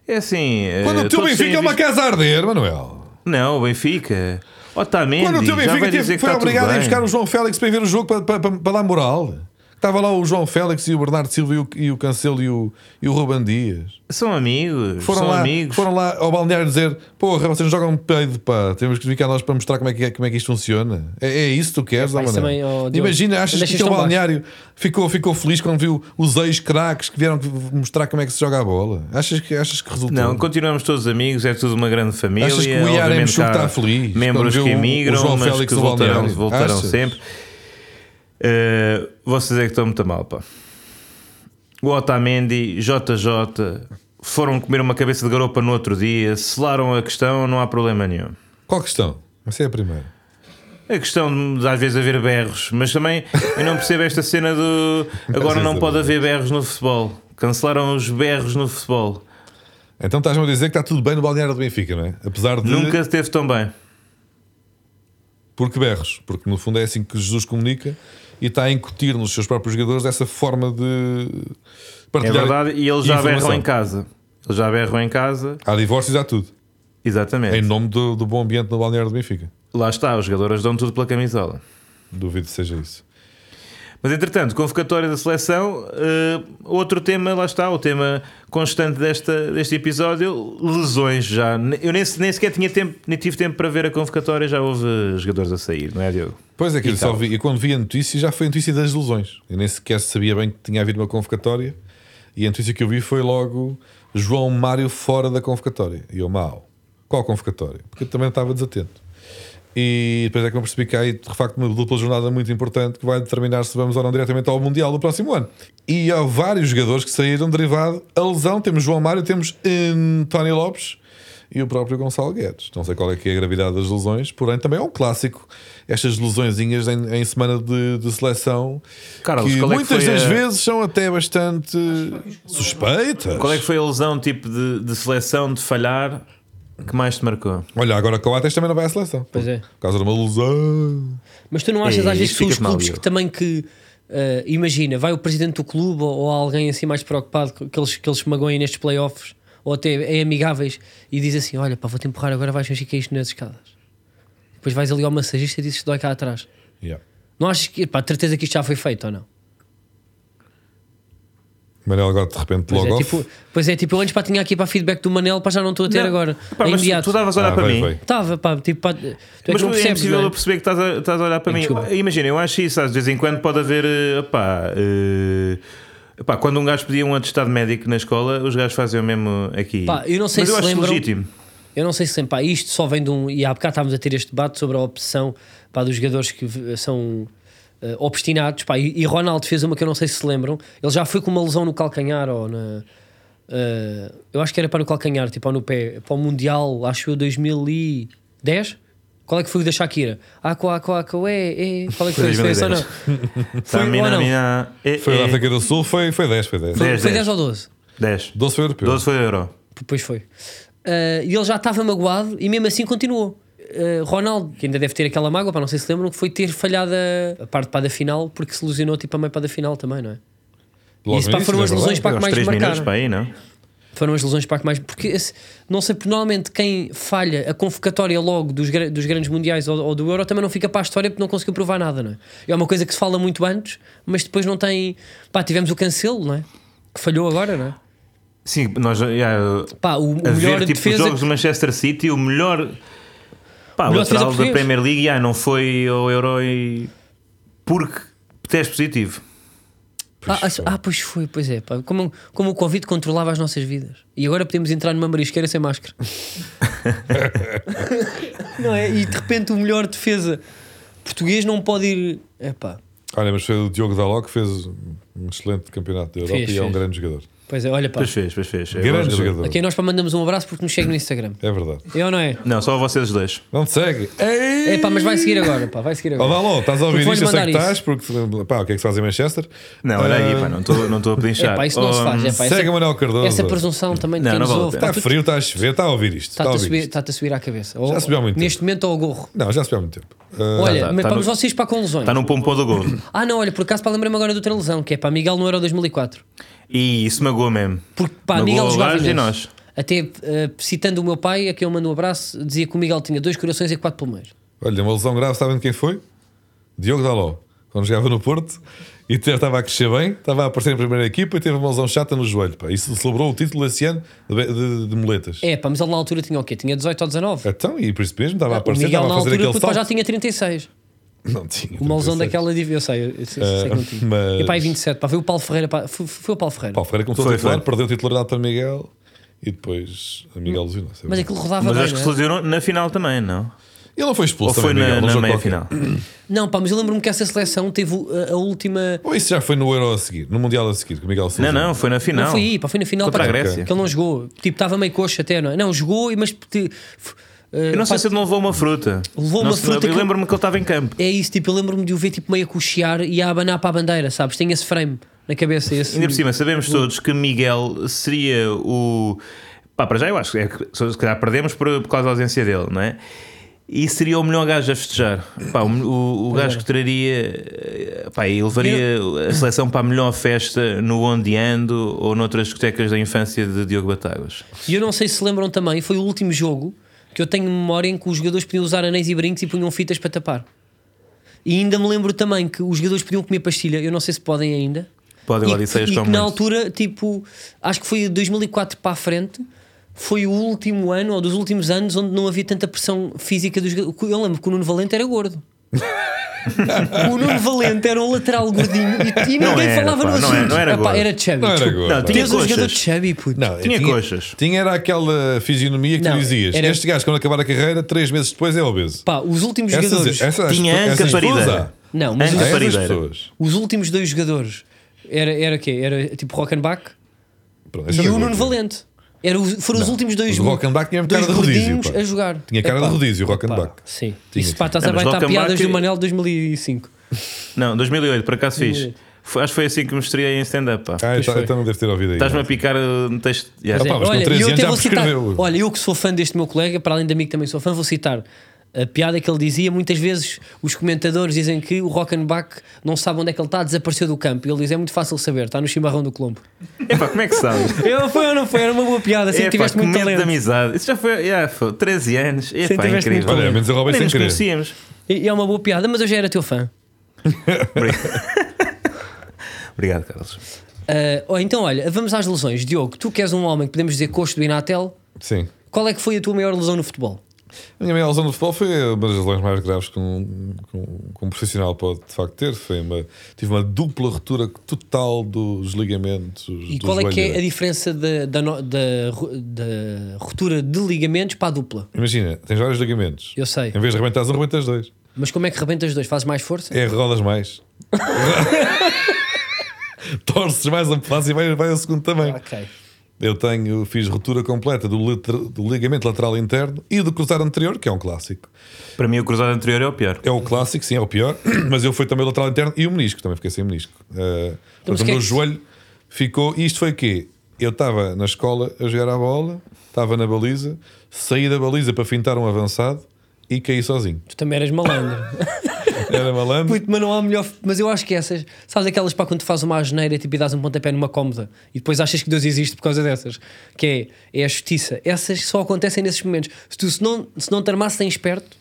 É assim.
Quando
eh,
o teu
todos
Benfica
têm
é uma
visto-
casa a arder, Manuel.
Não, o Benfica. Otamendi,
Quando o teu
já
Benfica
vai
teve-
dizer que
foi
está tudo
obrigado a ir
bem.
buscar o João Félix para ir ver o jogo para, para, para, para dar moral. Estava lá o João Félix e o Bernardo Silva e o, e o Cancelo e o, e o Ruben Dias.
São amigos,
Foram
são
lá,
amigos.
foram lá ao balneário dizer: Porra, vocês jogam um peido, pá, temos que vir cá nós para mostrar como é que, é- como é que isto funciona. É, é isso que tu queres,
Epá,
Dá
isso
Manuel?
também, ó, Diogo,
Imagina, achas que
deixas
o teu
tão baixo.
balneário ficou, ficou feliz quando viu os ex-craques que vieram mostrar como é que se joga a bola? Achas que, achas que resultou?
Não, continuamos todos amigos, é tudo uma grande família.
Achas que o Iar
obviamente
Meshuc
há
está feliz quando
Membros
vê
que
o- o
emigram,
João
mas
Félix
que
no
voltarão,
balneário?
voltarão
Achas?
sempre. Eh, vocês é que estão muito mal, pá. O Otamendi, JJ, foram comer uma cabeça de garopa no outro dia, selaram a questão, não há problema nenhum.
Qual questão? Essa é a primeira.
A questão de às vezes haver berros, mas também eu não percebo esta cena do agora não
é
pode haver berros no futebol. Cancelaram os berros no futebol.
Então estás-me a dizer que está tudo bem no balneário do Benfica, não é? Apesar de.
Nunca esteve tão bem.
Porque berros, porque no fundo é assim que Jesus comunica e está a incutir nos seus próprios jogadores essa forma de
É
partilhar.
verdade, e eles já berram
informação.
em casa. Eles já berram em casa.
Há divórcios, há tudo. Em
Exatamente.
nome do, do bom ambiente no balneário do Benfica.
Lá está, os jogadores dão tudo pela camisola.
Duvido que seja isso.
Mas entretanto, convocatória da seleção, eh, outro tema, lá está, o tema constante desta, deste episódio, lesões já. Eu nem, se- nem sequer tinha tempo, nem tive tempo para ver a convocatória, já houve jogadores a sair, não é, Diogo?
Pois é, que
E
eu só
tal.
vi, e quando vi a notícia, já foi a notícia das lesões. Eu nem sequer sabia bem que tinha havido uma convocatória. E a notícia que eu vi foi logo João Mário fora da convocatória. E eu, mau, qual convocatória? Porque eu também estava desatento. E depois é que eu percebi que há aí, de facto, uma dupla jornada muito importante que vai determinar se vamos ou não diretamente ao Mundial do próximo ano. E há vários jogadores que saíram derivado a lesão. Temos João Mário, temos António Lopes e o próprio Gonçalo Guedes. Não sei qual é que é a gravidade das lesões, porém também é um clássico estas lesõezinhas em, em semana de, de seleção
Carlos,
que
qual é que
muitas
foi
das
a-
vezes são até bastante suspeitas.
Qual é que foi a lesão tipo de, de seleção, de falhar, que mais te marcou?
Olha, agora Coates também não vai à seleção.
Pois é.
Por causa de uma lesão.
Mas tu não achas
É,
às vezes que
isso
são os
fica mal,
clubes
Diogo.
que também que eh, imagina, vai o presidente do clube ou, ou alguém assim mais preocupado que que eles, que eles se magoem nestes playoffs ou até é amigáveis e diz assim: Olha, pá, vou-te empurrar agora, vais fingir que é isto nas escadas. Depois vais ali ao massagista e dizes dói cá atrás.
Yeah.
Não achas que, pá, de certeza que isto já foi feito ou não?
Manel agora de repente
Pois,
logo
é
off.
tipo, pois é, tipo, eu antes para tinha aqui para feedback do Manel, para já não estou a ter
Não,
agora.
pá,
é
mas tu-
imediato.
tu davas a olhar
Ah,
para
vai,
mim.
vai.
Estava, pá, tipo, pá, tu é que
Mas
não
é,
percebes,
impossível
não é?
eu perceber que estás a, estás a olhar para mim. Ah,
desculpa.
Imagina, eu acho isso, às vezes em quando pode haver. eh, opá, eh, opá, quando um gajo pedia um atestado médico na escola, os gajos fazem o mesmo aqui.
Pá, eu não sei
Mas eu
se
acho
lembram-
legítimo.
Eu não sei se pá, isto só vem de um. E há bocado estávamos a ter este debate sobre a opção pá, dos jogadores que v- são eh, obstinados. Pá, e, e Ronaldo fez uma que eu não sei se se lembram. Ele já foi com uma lesão no calcanhar ou na. eh, eu acho que era para no calcanhar, tipo, ou no pé, para o Mundial, acho eu, 2010. Qual é que foi o da Shakira? Aqua, aqua, aqua, é, é. Qual é que foi? Foi esse ou não?
2010. Tá,
ou
mina,
não?
mina, eh,
Foi da
eh,
África do Sul, foi, foi 10, foi 10.
É. Foi,
10,
foi
10.
10 ou 12?
10.
12 foi europeu.
12 foi euro.
Pois foi. Ah, e ele já estava magoado e mesmo assim continuou. Ah, Ronaldo, que ainda deve ter aquela mágoa, para não sei se lembram, que foi ter falhado a- a parte para da final porque se ilusionou tipo a meio para da final também, não é?
Logo
Isso,
no
pá,
início,
foram
não é
as
verdade?
lesões para- que
Aos
mais
3 minutos
marcaram.
para aí, não?
Foram as lesões para que mais. Porque esse- não sei, porque normalmente quem falha a convocatória logo dos, gra- dos grandes mundiais ou, ou do Euro também não fica para a história porque não conseguiu provar nada, não é? É uma coisa que se fala muito antes, mas depois não tem. Pá, tivemos o cancelo, não é? Que falhou agora, não é?
Sim, nós. já, eh,
Pá, o, o
a
melhor
ver tipo, os
defesa.
jogos do Manchester City, o melhor pá,
O melhor defesa
lateral da
português.
Premier League ah, não foi ao Euro e- porque teste positivo.
Ah, ah, ah, pois foi, pois é. pá. Como, como o Covid controlava as nossas vidas. E agora podemos entrar numa marisqueira sem máscara. não é? E de repente o melhor defesa português não pode ir. Epá,
Olha, mas foi o Diogo Daló que fez um excelente campeonato da Europa
Fez,
e é um
fez.
grande jogador.
Pois é, olha pá.
Pois fez, pois fez. É bom
Grande jogador.
A quem nós para mandamos um abraço porque nos segue no Instagram.
É verdade.
Eu não é?
Não, só vocês dois.
Não te segue. Ei!
É pá, mas vai seguir agora, pá, vai seguir
Ó,
agora.
Dalon, estás a ouvir
Porque
isto? Eu sei
vou-lhe
que
mandar
estás, porque pá, o que é que se faz em Manchester?
Não, olha aí,
Ah,
pá, não estou não estou a
É
pinchar.
pá, isso não se
Oh,
faz. É, pá,
Segue
essa,
Manuel Cardoso.
essa presunção também de
Não,
quem
não
nos
vale a Tá
ouve.
Está
pá, tu-
frio, está a chover, está a ouvir isto. Está a
Está-te a,
ouvir
subir-
isto.
está-te a subir à cabeça.
Já
Ou-
subiu há muito
Neste momento ao gorro.
Não, já se vê há muito tempo. Ah,
Olha,
tá,
mas
tá
vamos
no-
vocês para com lesões.
Está no pompom do gol.
Ah, não, olha, por acaso pá, lembrei-me agora do outra lesão, que é para Miguel no Euro 2004.
E isso magoou mesmo.
Porque pá,
Magoou
Miguel
o
jogava
gajo e
imenso.
nós.
Até eh, citando o meu pai, a quem eu mando um abraço, dizia que o Miguel tinha dois corações e quatro pulmões.
Olha, uma lesão grave, sabem de quem foi? Diogo Daló, quando jogava no Porto e até estava a crescer bem, estava a aparecer na primeira equipa e teve uma lesão chata no joelho. Pá. Isso celebrou o título desse ano de, de- de moletas.
É, pá, mas ele na altura tinha o quê? Tinha 18 ou 19.
Então, e por isso mesmo, estava a
o
aparecer,
Miguel
estava
na
a fazer
altura,
aquele
puto, pá, já
salto.
tinha 36.
Não tinha.
Uma lesão
36.
daquela de. Eu sei, eu, eu sei sei que não tinha.
Eh, mas-
é E pá, e 27, pá, foi o Paulo Ferreira. Pá, foi, foi o Paulo Ferreira.
Paulo Ferreira começou
Foi,
a titular,
foi.
perdeu a titularidade para Miguel e depois a Miguel lesionou.
Mas aquilo rodava
Mas
bem,
acho que se
não é?
lesionou na final também, não?
Ele não foi
Ou
expulso
foi
também,
na,
Miguel, num
na
jogo
meia
qualquer.
final?
Não, pá, mas eu lembro-me que essa seleção teve o- a, a última.
Ou isso já foi no Euro a seguir, no Mundial a seguir, que o Miguel se
Não,
lesionou?
não, foi na
Não,
final.
foi aí, pá, foi na final
Contra
pá,
a Grécia.
Que ele não jogou. Tipo, estava meio coxa até, não é? Não, jogou, mas. te- f- eh,
Eu não sei
pá,
se ele não levou uma fruta.
Levou
Não
uma
se-
fruta
Eu
que-
lembro-me que ele estava em campo.
É isso, tipo, eu lembro-me de o ver tipo, meio a cochear e a abanar para a bandeira, sabes? Tem esse frame na cabeça. Esse...
Ainda por cima, sabemos todos que Miguel seria o. Pá, para já eu acho que é que se calhar perdemos por, por causa da ausência dele, não é? E seria o melhor gajo a festejar. Pá, o, o, o gajo que traria. eh, Pá, e levaria a seleção para a melhor festa no Onde Ando ou noutras discotecas da infância de Diogo Batagas.
E eu não sei se lembram também, foi o último jogo que eu tenho memória em que os jogadores podiam usar anéis e brincos e punham fitas para tapar. E ainda me lembro também que os jogadores podiam comer pastilha, eu não sei se podem ainda.
Podem,
e
lá disse,
que, e
estão
que na
muito.
altura, tipo, acho que foi de 2004 para a frente, foi o último ano ou dos últimos anos onde não havia tanta pressão física dos jogadores. Eu lembro que o Nuno Valente era gordo. o Nuno Valente era um lateral gordinho e, e ninguém
Não era,
falava
pá,
no
não
assunto.
era- não era
Epá,
gordo.
era chubby.
Não era
desculpa.
gordo.
Não,
não.
tinha
Tinhas um jogador
coxas.
chubby, puto.
Não,
Tinha coxas.
Tinha era aquela fisionomia que
Não,
tu dizias.
era-
Este gajo, quando acabar a carreira, três meses depois é obeso.
Pá, os últimos jogadores.
essas,
Tinha
assim,
essas
Anca
pessoas
Parideira.
há.
Não, mas
Há
Anca
essas
Parideira.
pessoas.
Os últimos dois jogadores era, era quê? Era tipo Rockenbach
Pronto,
e
esse era
o
gordo.
Nuno Valente. Era os- foram os últimos dois
o Rockenbach tinha
dois
cara de rodízio,
gordinhos
pá.
a jogar.
Tinha cara de
Epá,
rodízio, o Rockenbach.
pá, Sim.
Tinha,
Isso pá, estás a
Não, mas
baitar
Rockenbach-
piadas
é-
do Manel de 2005.
Não, 2008, por acaso fiz.
2008.
Foi- acho que foi assim que me estreiei em stand-up. pá.
Ah,
Pois
então,
foi.
então não deve ter ouvido aí.
Estás-me a picar uh, no texto. Yeah.
Mas
pá,
é,
mas com
olha,
13
e eu
anos
até
já
vou citar.
prescreveu.
Olha, eu que sou fã deste meu colega, para além de amigo também sou fã, vou citar a piada que ele dizia. Muitas vezes os comentadores dizem que o Rockenbach não sabe onde é que ele está, desapareceu do campo. E ele diz: é muito fácil saber, está no chimarrão do Colombo.
Epá, como é que sabes?
Eu foi ou não foi? Era uma boa piada, sempre
Epá,
Assim tiveste
que
muito
medo de
talento.
amizade. Isso já foi, yeah, foi 13 anos. Epá,
tiveste muito
incrível.
Olha, menos eu roubei
Nem
sem
nos
querer.
conhecíamos.
E e é uma boa piada, mas eu já era teu fã.
Obrigado, Carlos.
Ah, oh, então, olha, vamos às lesões. Diogo, tu que és um homem que podemos dizer coxo do Inatel,
Sim.
qual é que foi a tua maior lesão no futebol?
A minha maior lesão no futebol foi uma das lesões mais graves que um, que um- que um profissional pode de facto ter. Foi uma, tive uma dupla ruptura total dos ligamentos.
E
do
qual é
joelho
que é a
direito.
diferença da, da, no- da ru- da ruptura de ligamentos para a dupla?
Imagina, tens vários ligamentos.
Eu sei.
Em vez de arrebentares um, arrebentas dois.
Mas como é que rebentas dois? Fazes mais força?
É, rodas mais. Torces mais um pedaço e vai, vai ao segundo também.
Ok.
Eu tenho, fiz ruptura completa do, letra- do ligamento lateral interno e do cruzado anterior, que é um clássico.
Para mim, o cruzado anterior é o pior.
É o clássico, sim, é o pior, mas eu fui também o lateral interno e o menisco, também fiquei sem menisco. Uh,
mas
portanto, o
que é
meu
que-
joelho ficou. E isto foi o quê? Eu estava na escola a jogar a bola, estava na baliza, saí da baliza para fintar um avançado e caí sozinho.
Tu também eras malandro.
Era malandro.
Puto, mas não há melhor. Mas eu acho que é essas. Sabes aquelas para quando tu fazes uma asneira tipo, e dás um pontapé numa cómoda e depois achas que Deus existe por causa dessas? Que é, é a justiça. Essas só acontecem nesses momentos. Se tu se não, se não te armasse em esperto,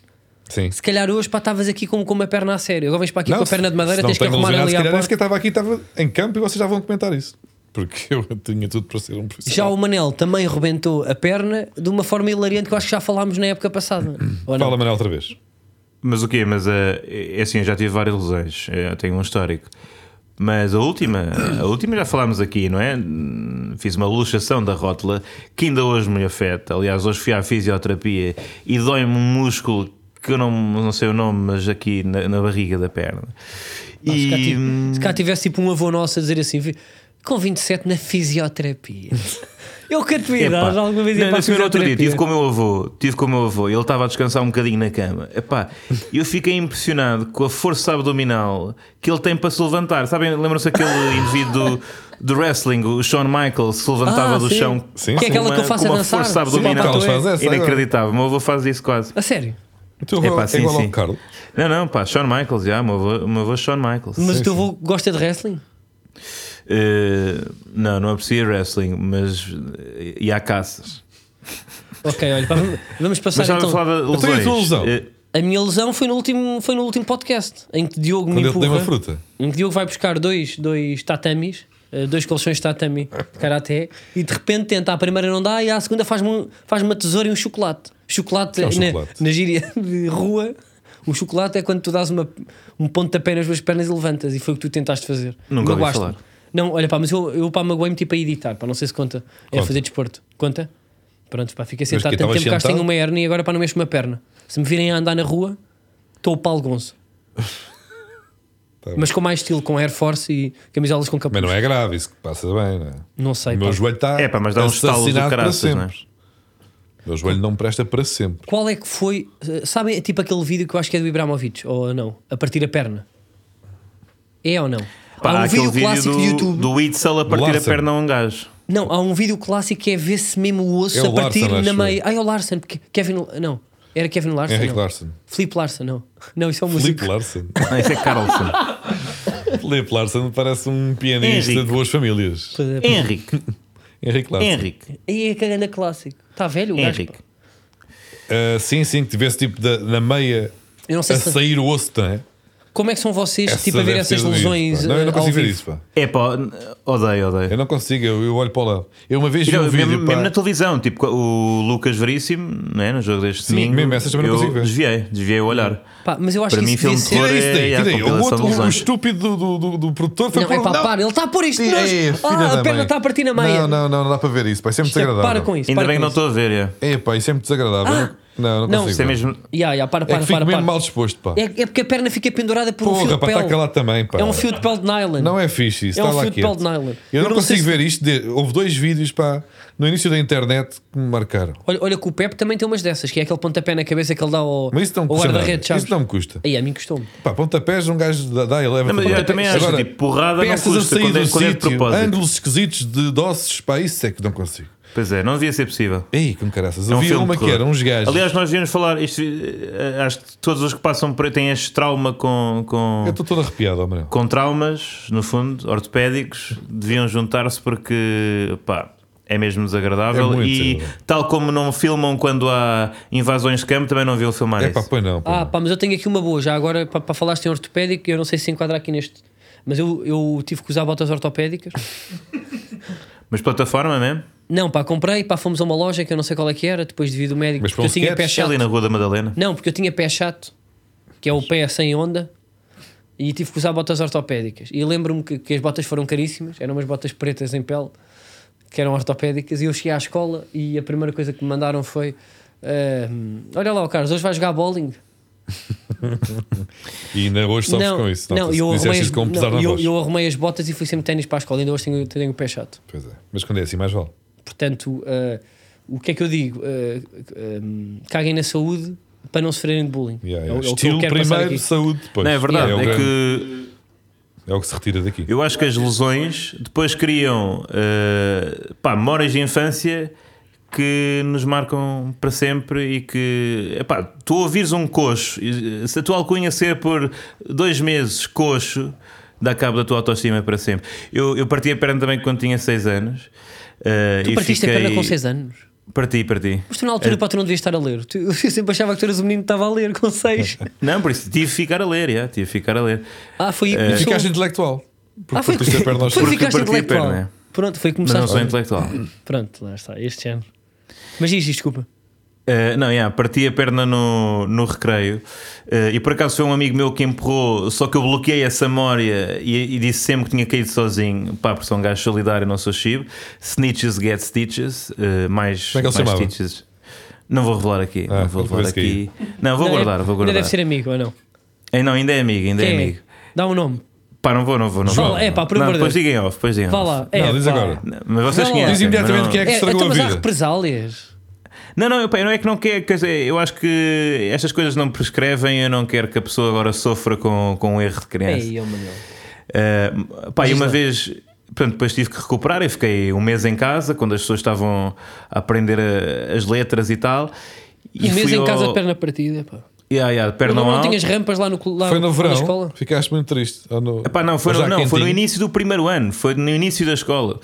Sim.
se calhar hoje pá, estavas aqui com, com uma perna a sério. Agora vens para aqui
Não,
com a perna de madeira,
se não
tens que
tenho
arrumar
lesionado,
ali
se
à
calhar nem
porta.
sequer estava aqui, estava em campo e vocês já vão comentar isso. Porque eu tinha tudo para ser
Já
um profissional.
o Manel também rebentou a perna de uma forma hilariante que eu acho que já falámos na época passada. Ou não?
Fala, Manel, outra
É
vez.
Mas o quê? Mas eh, é assim, eu já tive várias lesões. Eu tenho um histórico. Mas a última, a última já falámos aqui, não é? Hum, Fiz uma luxação da rótula que ainda hoje me afeta. Aliás, hoje fui à fisioterapia e dói-me um músculo que eu não, não sei o nome, mas aqui na, na barriga da perna.
Pá, se, cá
e hum,
tive- se cá tivesse tipo um avô nosso a dizer assim: "Vi- com 27 na fisioterapia. Eu quero te
Epá.
idade alguma vez ir
Não,
para a
não, senhor, outro
fisioterapia.
dia tive com o meu avô, tive com o meu avô, ele estava a descansar um bocadinho na cama. Epá, eu fiquei impressionado com a força abdominal que ele tem para se levantar. Sabem, lembram-se aquele indivíduo do, do wrestling, o Shawn Michaels, se levantava
Ah,
do
sim.
chão.
Sim.
Que é
com
aquela que eu faço
com
a
uma
dançar.
força
Sim, é.
O
abdominal
Carlos faz essa agora.
inacreditável. O meu avô faz isso quase.
A sério.
O teu
Epá,
avô é
sim,
igual ao
sim.
Carlos.
Não, não, pá, Shawn Michaels, já, o meu avô, o meu avô é Shawn Michaels.
Mas
Sim,
o teu avô gosta de wrestling?
Eh, não, não aprecia wrestling, mas eh, e há caças.
Ok, olha, pá, vamos- vamos passar
Mas estava
então.
a falar de
Então, e a tua
lesões.
lesão?
Eh,
A minha lesão foi no último, foi no último podcast em que Diogo
Quando
me
eu te dei
empurra.
uma fruta.
Em que Um Diogo vai buscar dois, dois tatamis, eh, dois colchões de tatami de karaté, e de repente tenta, à primeira não dá, e à segunda faz-me um- faz-me uma tesoura e um chocolate. Chocolate,
Que é o
na,
chocolate?
na gíria de rua. Um chocolate é quando tu dás uma, um pontapé nas duas pernas e levantas, e foi o que tu tentaste fazer.
Nunca ouvi
Magoaste-me.
falar.
Não, olha pá, mas eu, eu pá, magoei-me tipo a editar, pá, não sei se conta. É
Conta.
fazer desporto. Conta? Pronto, pá, fiquei
quê,
sentado tanto
estavas
tempo que acho que tenho
sentado?
uma hernia e agora pá, não mexo uma perna. Se me virem a andar na rua, estou o Paulo Gonzo.
Tá
Mas com mais estilo, com Air Force e camisolas com capuz.
Mas
Não,
não é grave, isso que passa bem, não é?
sei.
O meu
pá.
joelho está.
É pá, mas dá uns estalos do
assassinado para
caraças,
sempre.
não é?
O meu joelho não me presta para sempre.
Qual é que foi. eh, Sabem, tipo aquele vídeo que eu acho que é do Ibrahimovic, ou não? A partir a perna. É ou não?
Pá,
há um
aquele
vídeo clássico
do,
de YouTube.
do Witzel a partir a
Larsen.
perna a um gajo.
Não, há um vídeo clássico que é ver-se mesmo o osso
É o
a partir
Larsen,
na
acho
meia.
eu.
Ah, é o Larsen, porque Kevin. Não, era Kevin Larsen.
Henrique
não.
Larsen.
Filipe Larsen, não. Não, isso é um
Filipe
músico.
Larsen.
Não, Isso é Carlson.
Filipe Larsen parece um pianista
Henrique.
de boas famílias.
Henrique.
Henrique Larsen.
Henrique.
E é que grande clássico. Está velho o Um gajo,
Henrique.
pá.
Ah, sim, sim, que tivesse tipo da, na meia
Eu não
a
sei se.
sair o osso, não é?
Como é que são vocês,
Essa
tipo, a ver
deve
essas
ter doído,
lesões.
pá. Não, eu
eh,
não
ao
consigo ver
vivo?
isso, pá.
É pá, odeio, odeio.
Eu não consigo, eu, eu olho para lá. Eu uma vez vi
Não,
um vídeo.
mesmo,
pá,
mesmo na televisão, tipo o Lucas Veríssimo, né, no jogo deste
Sim,
domingo.
mesmo essas também não
eu
consigo ver.
Desviei, desviei o olhar.
Pá, mas eu acho
Para
que
mim,
isso devia
filme de
ser-
Tira
terror
isto daí,
é
tira
a
daí. O
compilação
outro,
dos
o
anjos.
estúpido do, do, do produtor foi
Não, é
pôr-
pá, para, ele está a pôr isto
Sim,
nós.
é, filha
ah,
da
a perna
mãe.
está a partir na meia.
Não, não, não, não dá para ver isso, pá. Isso é muito
Isto é-
desagradável.
para com isso.
Ainda
para
bem que
com
não
isso.
estou a ver, é.
É, pá, isso é muito desagradável.
Ah!
não, não,
Não.
consigo.
Isso é mesmo.
Ya, ya, para,
É
para,
que fico
para,
mesmo
para.
mal disposto, pá.
É, é porque a perna fica pendurada por um fio
Porra,
de
pá,
pele.
está calado também, pá.
é um fio de pele de nylon.
Não é fixe isso,
É um
está lá
fio de pele
quieto.
de nylon.
Eu, não,
sei
consigo
se-
ver isto. de- Houve dois vídeos, pá, no início da internet que me marcaram.
Olha, olha que o Pepe também tem umas dessas, que é aquele pontapé na cabeça que ele dá ao,
Mas isso não me
ao
custa nada.
guarda-redes, sabes?
Isso não me custa.
Aí, a mim custou-me.
Pá, pontapés, um gajo dá, dá e leva.
Não, mas eu também acho, tipo, porrada não
peças
custa,
a sair
quando é-
do
quando é de
sítio,
propósito.
ângulos esquisitos de doces, pá, isso é que não consigo.
Pois é, não devia ser possível.
Ei, como caraças.
É um
Havia
filme
uma
de
que
terror.
era uns gajos.
Aliás, nós devíamos falar. Isto, eh, acho que todos os que passam por aí têm este trauma com. com...
eu estou todo arrepiado, homem.
com traumas, no fundo, ortopédicos, deviam juntar-se porque pá, é mesmo
É
desagradável.
muito
e
desagradável.
tal como não filmam quando há invasões de campo, também não viu filmar
É
isso.
pá, pois não. pois
Ah,
não.
pá, mas eu tenho aqui uma boa já agora para, para falaste em ortopédico. Eu não sei se se enquadra aqui neste, mas eu, eu tive que usar botas ortopédicas.
Mas plataforma mesmo?
Não, pá, comprei, pá, fomos a uma loja que eu não sei qual é que era, depois devido ao médico,
Mas
porque
para
eu
um
tinha
sketch,
pé
é
chato.
Ali na Rua da Madalena.
Não, porque eu tinha pé chato, que é o pé sem onda, e tive que usar botas ortopédicas. E lembro-me que, que as botas foram caríssimas, eram umas botas pretas em pele, que eram ortopédicas, e eu cheguei à escola e a primeira coisa que me mandaram foi: "Ahm, Olha lá, o Carlos, hoje vai jogar bowling.
E ainda hoje sofres com isso. Não,
não, eu arrumei,
disseste
as,
isso com um pesar
não,
na
eu,
voz.
eu arrumei as botas e fui sempre de ténis para a escola, ainda hoje tenho, tenho o pé chato.
Pois é. Mas quando é assim, mais vale.
Portanto, ah, o que é que eu digo? Ah, ahm, caguem na saúde para não sofrerem de bullying.
Yeah, yeah.
É o- é o que eu
Estilo
quero passar
primeiro,
aqui.
saúde depois.
Não é verdade,
o
é,
grande-
que
é o que se retira daqui.
eu acho que as lesões depois criam eh, pá, memórias de infância que nos marcam para sempre e que epá, tu ouvires um coxo, e se a tua alcunha ser por dois meses coxo, dá cabo da tua autoestima para sempre. Eu, eu parti a perna também quando tinha 6 anos. eh,
Tu
e
partiste a perna
fiquei-
com 6 anos.
Parti, parti.
Mas tu na altura, para tu não devias estar a ler. Tu- eu sempre achava que tu eras o menino que estava a ler com 6.
Não, por isso tive de ficar a ler, já, tive de ficar a ler.
Ah, foi aí que
E
começou.
ficaste intelectual. Porque
Ah, foi
partiste a perna aos
foi
porque...
ficaste
parti a
intelectual.
perna, é.
Pronto, foi que
Mas não
começaste.
sou intelectual.
Pronto, lá está, este ano. Mas diz, diz, desculpa.
Uh, não, yeah, parti a perna no, no recreio Uh, e por acaso foi um amigo meu que empurrou, só que eu bloqueei essa memória e, e disse sempre que tinha caído sozinho. Pá, porque sou um gajo solidário, não sou chibo. Snitches get stitches. Uh, mais
Como é que ele se
mais
chamava?
stitches. Não vou revelar aqui.
Ah,
não vou
quando
revelar
tivesse
aqui. Não, vou
é- Ainda
guardar,
deve-
vou guardar.
Ainda deve ser amigo, ou não?
Eh, não, ainda é amigo, ainda é
Quem é?
amigo.
Dá um nome.
Pá, não vou, não vou, não
Vá
vou.
lá, é pá, por
não,
amor de
depois
Deus.
digam off, depois digam
Vá
off.
lá.
Não,
é,
diz
pá.
agora.
Não, Mas vocês
Vá lá.
conhecem.
Diz imediatamente
mas não-
quem é que
É,
estragou
então,
a
mas há
vida.
represálias.
Não, não, eu, pá, não é que não quer, quer dizer, eu acho que estas coisas não prescrevem, eu não quero que a pessoa agora sofra com, com um erro de criança.
Ei, oh, Manuel.
Uh, pá, e
Legisla.
uma vez, portanto, depois tive que recuperar e fiquei um mês em casa, quando as pessoas estavam a aprender a- as letras e tal.
E
fui
mesmo Um em casa
ao-
de perna partida, pá.
Yeah, yeah, de perna
Não, não
alta.
tinhas rampas lá, no, col- lá
Foi
lá
no
na
verão.
escola?
Ficaste muito triste. Ou no-
Epá, não, foi
ou
no,
já
não, foi no
quentinho?
início do primeiro ano, foi no início da escola.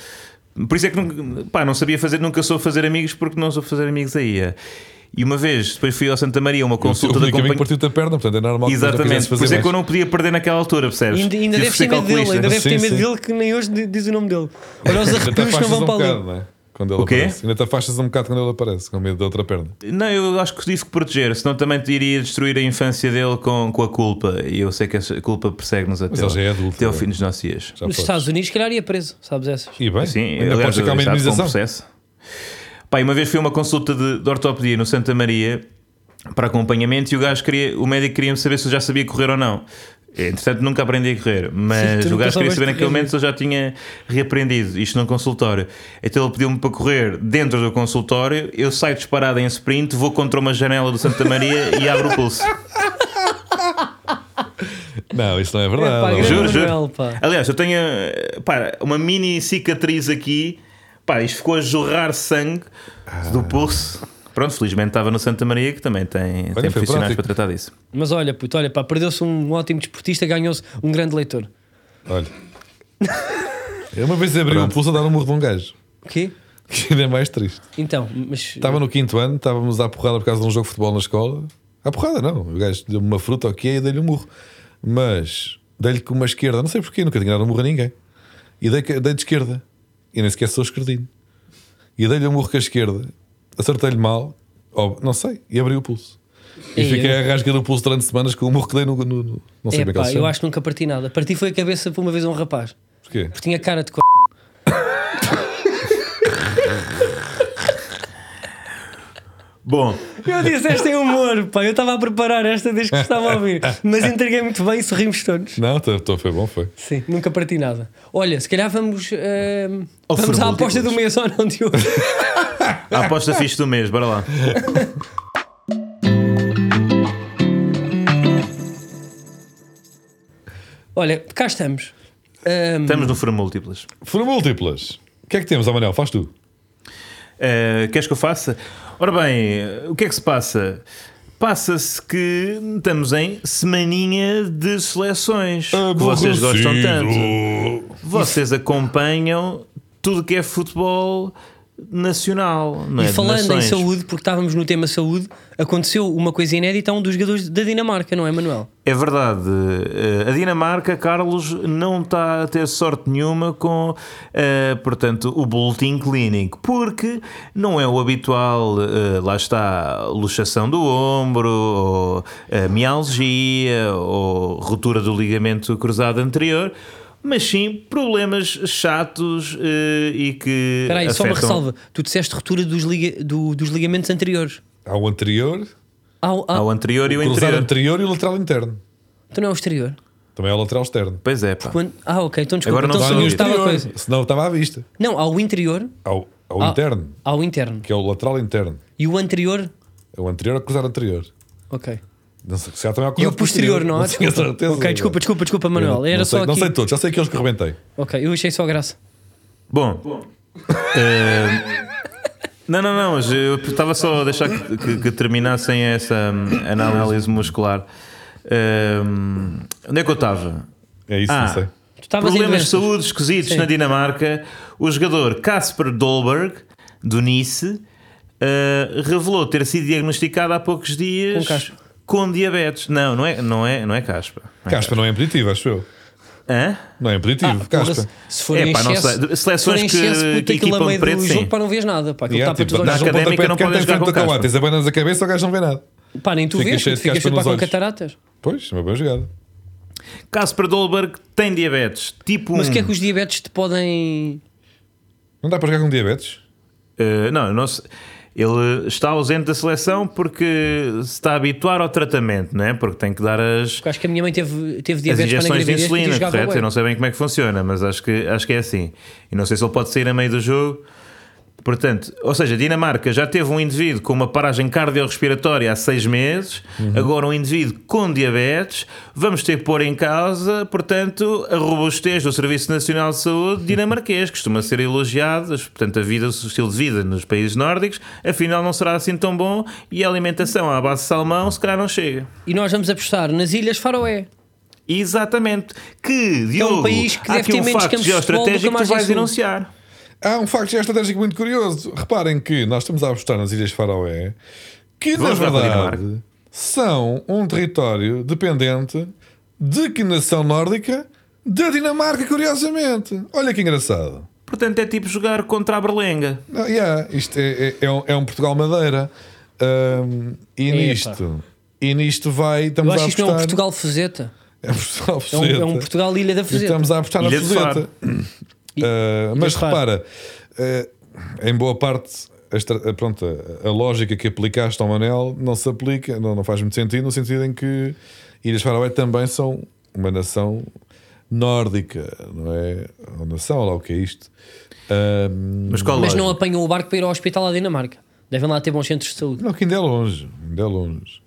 Por isso é que nunca, pá, não sabia fazer, nunca soube fazer amigos porque não soube fazer amigos aí. é. E uma vez, depois fui ao Santa Maria, uma
O seu
consulta da
medicamento
companhia.
partiu-te a perna, portanto é normal que
Exatamente,
depois
por
não
isso
quisesse
é que eu
fazer mais.
não podia perder naquela altura, percebes?
Ainda, ainda
Tive
deve ter
que ser
medo dele,
calculista.
ainda deve
Sim,
ter medo
sim.
dele que nem hoje di- diz o nome dele. Olha, os
Ainda te
arrepios não
afastas
vão
um
para ali.
bocado, não é? Quando ele
O quê?
aparece. Ainda te afastas um bocado quando ele aparece, com medo da outra perna.
Não, eu acho que tive que proteger, senão também iria destruir a infância dele com, com a culpa. E eu sei que essa culpa persegue-nos até,
ele
ao-
já é adulto,
até ao
é.
fim dos nossos dias.
Já
Nos
podes.
Estados Unidos, se calhar ia preso, sabes essas?
E bem,
Sim,
ainda
aliás,
podes ter cá uma
está com um
indenização.
processo. Pá, e uma vez fui a uma consulta de, de ortopedia no Santa Maria para acompanhamento e o gajo queria, o médico queria saber se eu já sabia correr ou não. Entretanto, nunca aprendi a correr, mas
tu nunca
o gajo queria
soubeste
saber
correr.
naquele momento se eu já tinha reaprendido isto num consultório. Então ele pediu-me para correr dentro do consultório, eu saio disparado em sprint, vou contra uma janela do Santa Maria e abro o pulso.
Não, isso não é
É, pá,
verdade.
grande
não.
Juro, juro.
Manuel, pá.
Aliás, eu tenho eh, pá, uma mini cicatriz aqui. Pá, isto ficou a jorrar sangue do pulso. Pronto, felizmente estava no Santa Maria que também tem, tem
foi
profissionais
prático.
para tratar disso.
Mas olha, puto, olha, pá, perdeu-se um ótimo desportista, ganhou-se um grande leitor.
Olha. Eu uma vez abri o pulso a dar um murro de um gajo.
O quê?
Que ainda é mais triste.
Então, mas.
Estava no quinto ano, estávamos à porrada por causa de um jogo de futebol na escola. À porrada, não. O gajo deu-me uma fruta ou o que é e dei-lhe um murro. Mas dei-lhe com uma esquerda, não sei porquê, nunca tinha dado um murro a ninguém. E dei, dei de esquerda. E nem sequer sou esquerdino. E dei-lhe um murro com a esquerda. Acertei-lhe mal, ou, não sei, e abri o pulso. E
Ei,
fiquei
eu-
a rasgar o pulso durante semanas com o murro que dei no. no- no- não sei
É,
bem como é que ele
pá,
se
eu
chama.
acho que nunca parti nada. Parti foi a cabeça por uma vez a um rapaz,
Porquê?
porque tinha cara de c.
Bom,
Eu disse, esta é humor, pá. Eu estava a preparar esta desde que estava a ouvir. Mas entreguei muito bem e sorrimos todos.
Não, tô, tô- foi bom, foi.
Sim, nunca parti nada. Olha, se calhar vamos. ehm,
Ao
vamos à
futebol,
aposta do
digo-vos.
mês ou não, Diogo?
a aposta fixe do mês, bora lá.
Olha, cá estamos. Ehm,
Estamos no Foro Múltiplas.
Foram múltiplas. O que é que temos, Amanel? Faz tu.
Eh, queres que eu faça? Ora bem, o que é que se passa? Passa-se que estamos em semaninha de seleções
Ah,
que vocês gostam tanto. Vocês acompanham tudo que é futebol nacional, não é?
e
De
falando em
nações.
saúde, porque estávamos no tema saúde, aconteceu uma coisa inédita a um dos jogadores da Dinamarca, não é, Manuel?
É verdade. Eh, A Dinamarca, Carlos, não está a ter sorte nenhuma com, eh, portanto, o boletim clínico, porque não é o habitual, eh, lá está, luxação do ombro, ou eh, mialgia, ou ruptura do ligamento cruzado anterior, mas sim problemas chatos eh, e que
Espera aí, só uma
afetam-
ressalva. Tu disseste ruptura dos, liga- do- dos ligamentos anteriores.
Ao anterior,
Ao, ao,
ao anterior e o
cruzado
interior.
anterior e o lateral interno.
Então não é o exterior.
Também é o lateral externo.
Pois é, pá.
Quando- ah, ok, então desculpa.
Agora não
então
sei
só não
dizer.
estava a
Exterior,
coisa.
Senão estava à vista.
Não, ao interior.
Ao, ao
ao-
interno,
Ao interno.
que é o lateral interno.
E o anterior.
É o anterior ao cruzado anterior.
Ok.
Não sei, se calhar também há
E
cruzado
o posterior, não há?
tenho
Desculpa.
certeza.
Ok, desculpa, desculpa, desculpa,
Eu
Manuel.
não-
Era
não sei,
só
Não
aqui.
sei todos, já sei aqueles que rebentei.
Ok, eu achei só graça.
Bom. eh, não, não, não, mas eu estava só a deixar que, que- que terminassem essa hum, análise muscular. Hum, onde é que eu estava?
É isso,
Ah.
não sei.
Tu estavas em
Problemas de
doenças.
saúde esquisitos
Sim.
na Dinamarca. O jogador Kasper Dolberg, do Nice, eh, revelou ter sido diagnosticado há poucos dias
Com caspa.
com diabetes. Não, não é, não é, não é caspa. Não é
Caspa não é impeditivo, acho eu.
caspa. Hã?
Não é impeditivo,
Porra,
Caspa.
Ah, Se for em
Epá, É, não
excesso,
sei. De-
se for
seleções
em
que-
excesso, puta,
que
aquilo a
equipam
meio
de preto,
do
sim.
jogo para não vês nada. Pá, aquilo
Yeah,
está para
tipo,
todos os
dá
olhos.
Na
um pontapé
académica
de
não
quem
pode
tem
jogar
frente
com
do
caspa.
cavalo. Tens a banana na cabeça, o gajo não vê nada.
Pá, nem tu
Ficas
vês,
cheio
puto,
de
ficas
caspa
sempre
nos
com
olhos.
cataratas.
Pois, é uma boa jogada.
Kasper Dolberg tem diabetes tipo 1.
Mas o
Hum.
que é que os diabetes te podem.
Não dá para jogar com diabetes?
Uh, não, não se- Ele está ausente da seleção porque se está a habituar ao tratamento, não é? Porque tem que dar as,
Porque acho que a minha mãe teve, teve
as
diabetes quando
injeções de
engravidez e
insulina,
jogava
correto?
bué.
Eu não sei bem como é que funciona, mas acho que, acho que é assim. E não sei se ele pode sair a meio do jogo. Portanto, ou seja, a Dinamarca já teve um indivíduo com uma paragem cardiorrespiratória há seis meses, agora um indivíduo com diabetes. Vamos ter que pôr em causa, portanto, a robustez do Serviço Nacional de Saúde dinamarquês, que costuma ser elogiado, portanto, a vida, o estilo de vida nos países nórdicos, afinal não será assim tão bom e a alimentação à base de salmão se calhar não chega.
E nós vamos apostar nas Ilhas Faroé.
Exatamente. Que, Diogo,
país que
há
deve
aqui
ter
um
menos
facto
campos de futebol do que
geoestratégico
a
que tu
margem
vais
sul.
enunciar.
Há um facto geoestratégico muito curioso. Reparem que nós estamos a apostar nas Ilhas Faroé, que
Vamos
na
lá para a
verdade são um território dependente de que nação nórdica? Da Dinamarca, curiosamente. Olha que engraçado.
Portanto, é tipo jogar contra a Berlenga.
Não, yeah, isto é, é- é um, é um Portugal Madeira. Ahm, e
Epa.
nisto. E nisto vai.
Eu
Estamos
acho
a
que isto não é um
apostar.
Portugal Fuzeta.
É um Portugal
É um, é um
Fuzeta.
Portugal Ilha da
E
Fuzeta.
estamos a apostar na
Ilha de
Fuzeta.
Faro.
Ah, mas
Faro.
repara, ah, em boa parte, a, estra- a- pronto, a- a lógica que aplicaste ao Manel não se aplica, não, não faz muito sentido, no sentido em que Ilhas Faroé também são uma nação nórdica, não é? Ou nação, ou lá o que é isto. Ah,
Mas qual
Mas não
lógica?
apanham o barco para ir ao hospital à Dinamarca. Devem lá ter bons centros de saúde.
não, que ainda é longe, ainda é longe.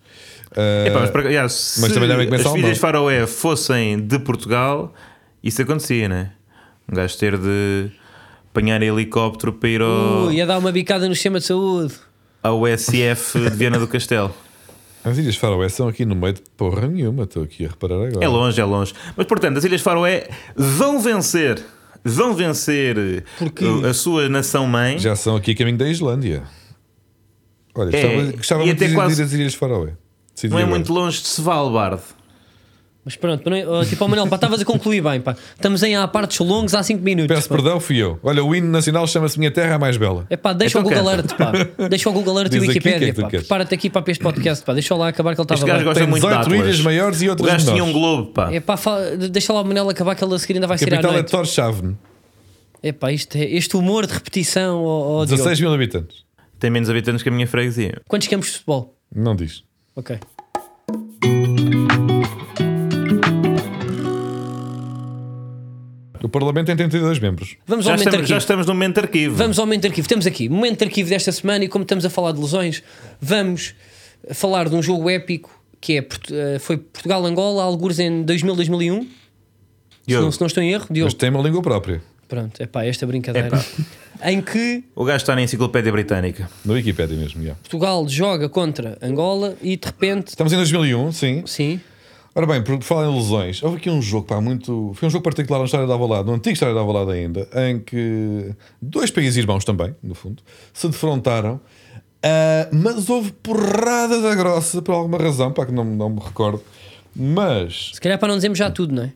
Ah,
Epá, mas, para- yeah, se
mas também devem começar
as
um
filhas
novo.
Faroé fossem de Portugal, isso acontecia, não é? Um gajo ter de apanhar helicóptero para ir ao,
Ui, ia dar uma bicada no sistema de saúde.
ao SF de Viana do Castelo.
As Ilhas Faroé são aqui no meio de porra nenhuma, estou aqui a reparar agora.
É longe, é longe. Mas portanto, as Ilhas Faroé vão vencer. Vão vencer
Porque-
uh, a sua nação mãe.
Já são aqui a caminho da Islândia. Olha,
É,
gostava, gostava
e
muito
até
de ir-
quase-
de ir às Ilhas Faroé. Decidi
não é
agora.
muito longe de Svalbard.
Mas pronto, mas não é- oh, tipo, oh, Manel, pá, estavas a concluir bem, pá. Estamos em há partes longos há 5 minutos.
Peço
pá.
perdão, fui eu. Olha, o hino nacional chama-se Minha Terra é Mais Bela.
É pá, deixa
Então
o Google
canta.
Alert, pá. Deixa o Google Alert e o
Diz aqui o que é que
Wikipédia,
tu
pá.
queres.
Prepara-te aqui pá, para este podcast, pá. Deixa lá acabar que ele
Este
estava
gajo
bem.
gosta
Tem
é muito de
18
Atlas.
ilhas maiores e
O
outras
gajo tinha um
menores.
globo, pá.
É pá, fa- deixa lá o Manel acabar que ele a seguir ainda vai ser à
Capital é
noite.
Tórshavn,
É pá, isto é, este humor de repetição, ó ó, Diogo.
16 mil habitantes.
Tem menos habitantes que a minha freguesia.
Quantos campos de futebol?
Não diz.
Ok.
O Parlamento tem 32 membros.
Vamos
Já
ao momento
estamos, já
arquivo.
estamos no momento arquivo.
Vamos ao momento arquivo. Temos aqui momento de arquivo desta semana e como estamos a falar de lesões, vamos falar de um jogo épico que é, Portu- eh, foi Portugal-Angola, alguns em 2000, 2001. Se
Diogo,
não, se não estou em erro, Diogo.
Mas tem uma língua própria.
Pronto, é pá, esta brincadeira. Em que
O gajo está na enciclopédia britânica.
Na Wikipédia mesmo, já.
Portugal joga contra Angola e de repente.
Estamos em 2001, sim.
Sim.
Ora bem, por falar em lesões, houve aqui um jogo, pá, muito... Foi um jogo particular na história da Avalado, no antigo história da Avalado ainda, em que dois países irmãos também, no fundo, se defrontaram, ah, mas houve porrada da grossa, por alguma razão, pá, que não, não me recordo. Mas,
Se calhar para não dizermos já tudo, não é?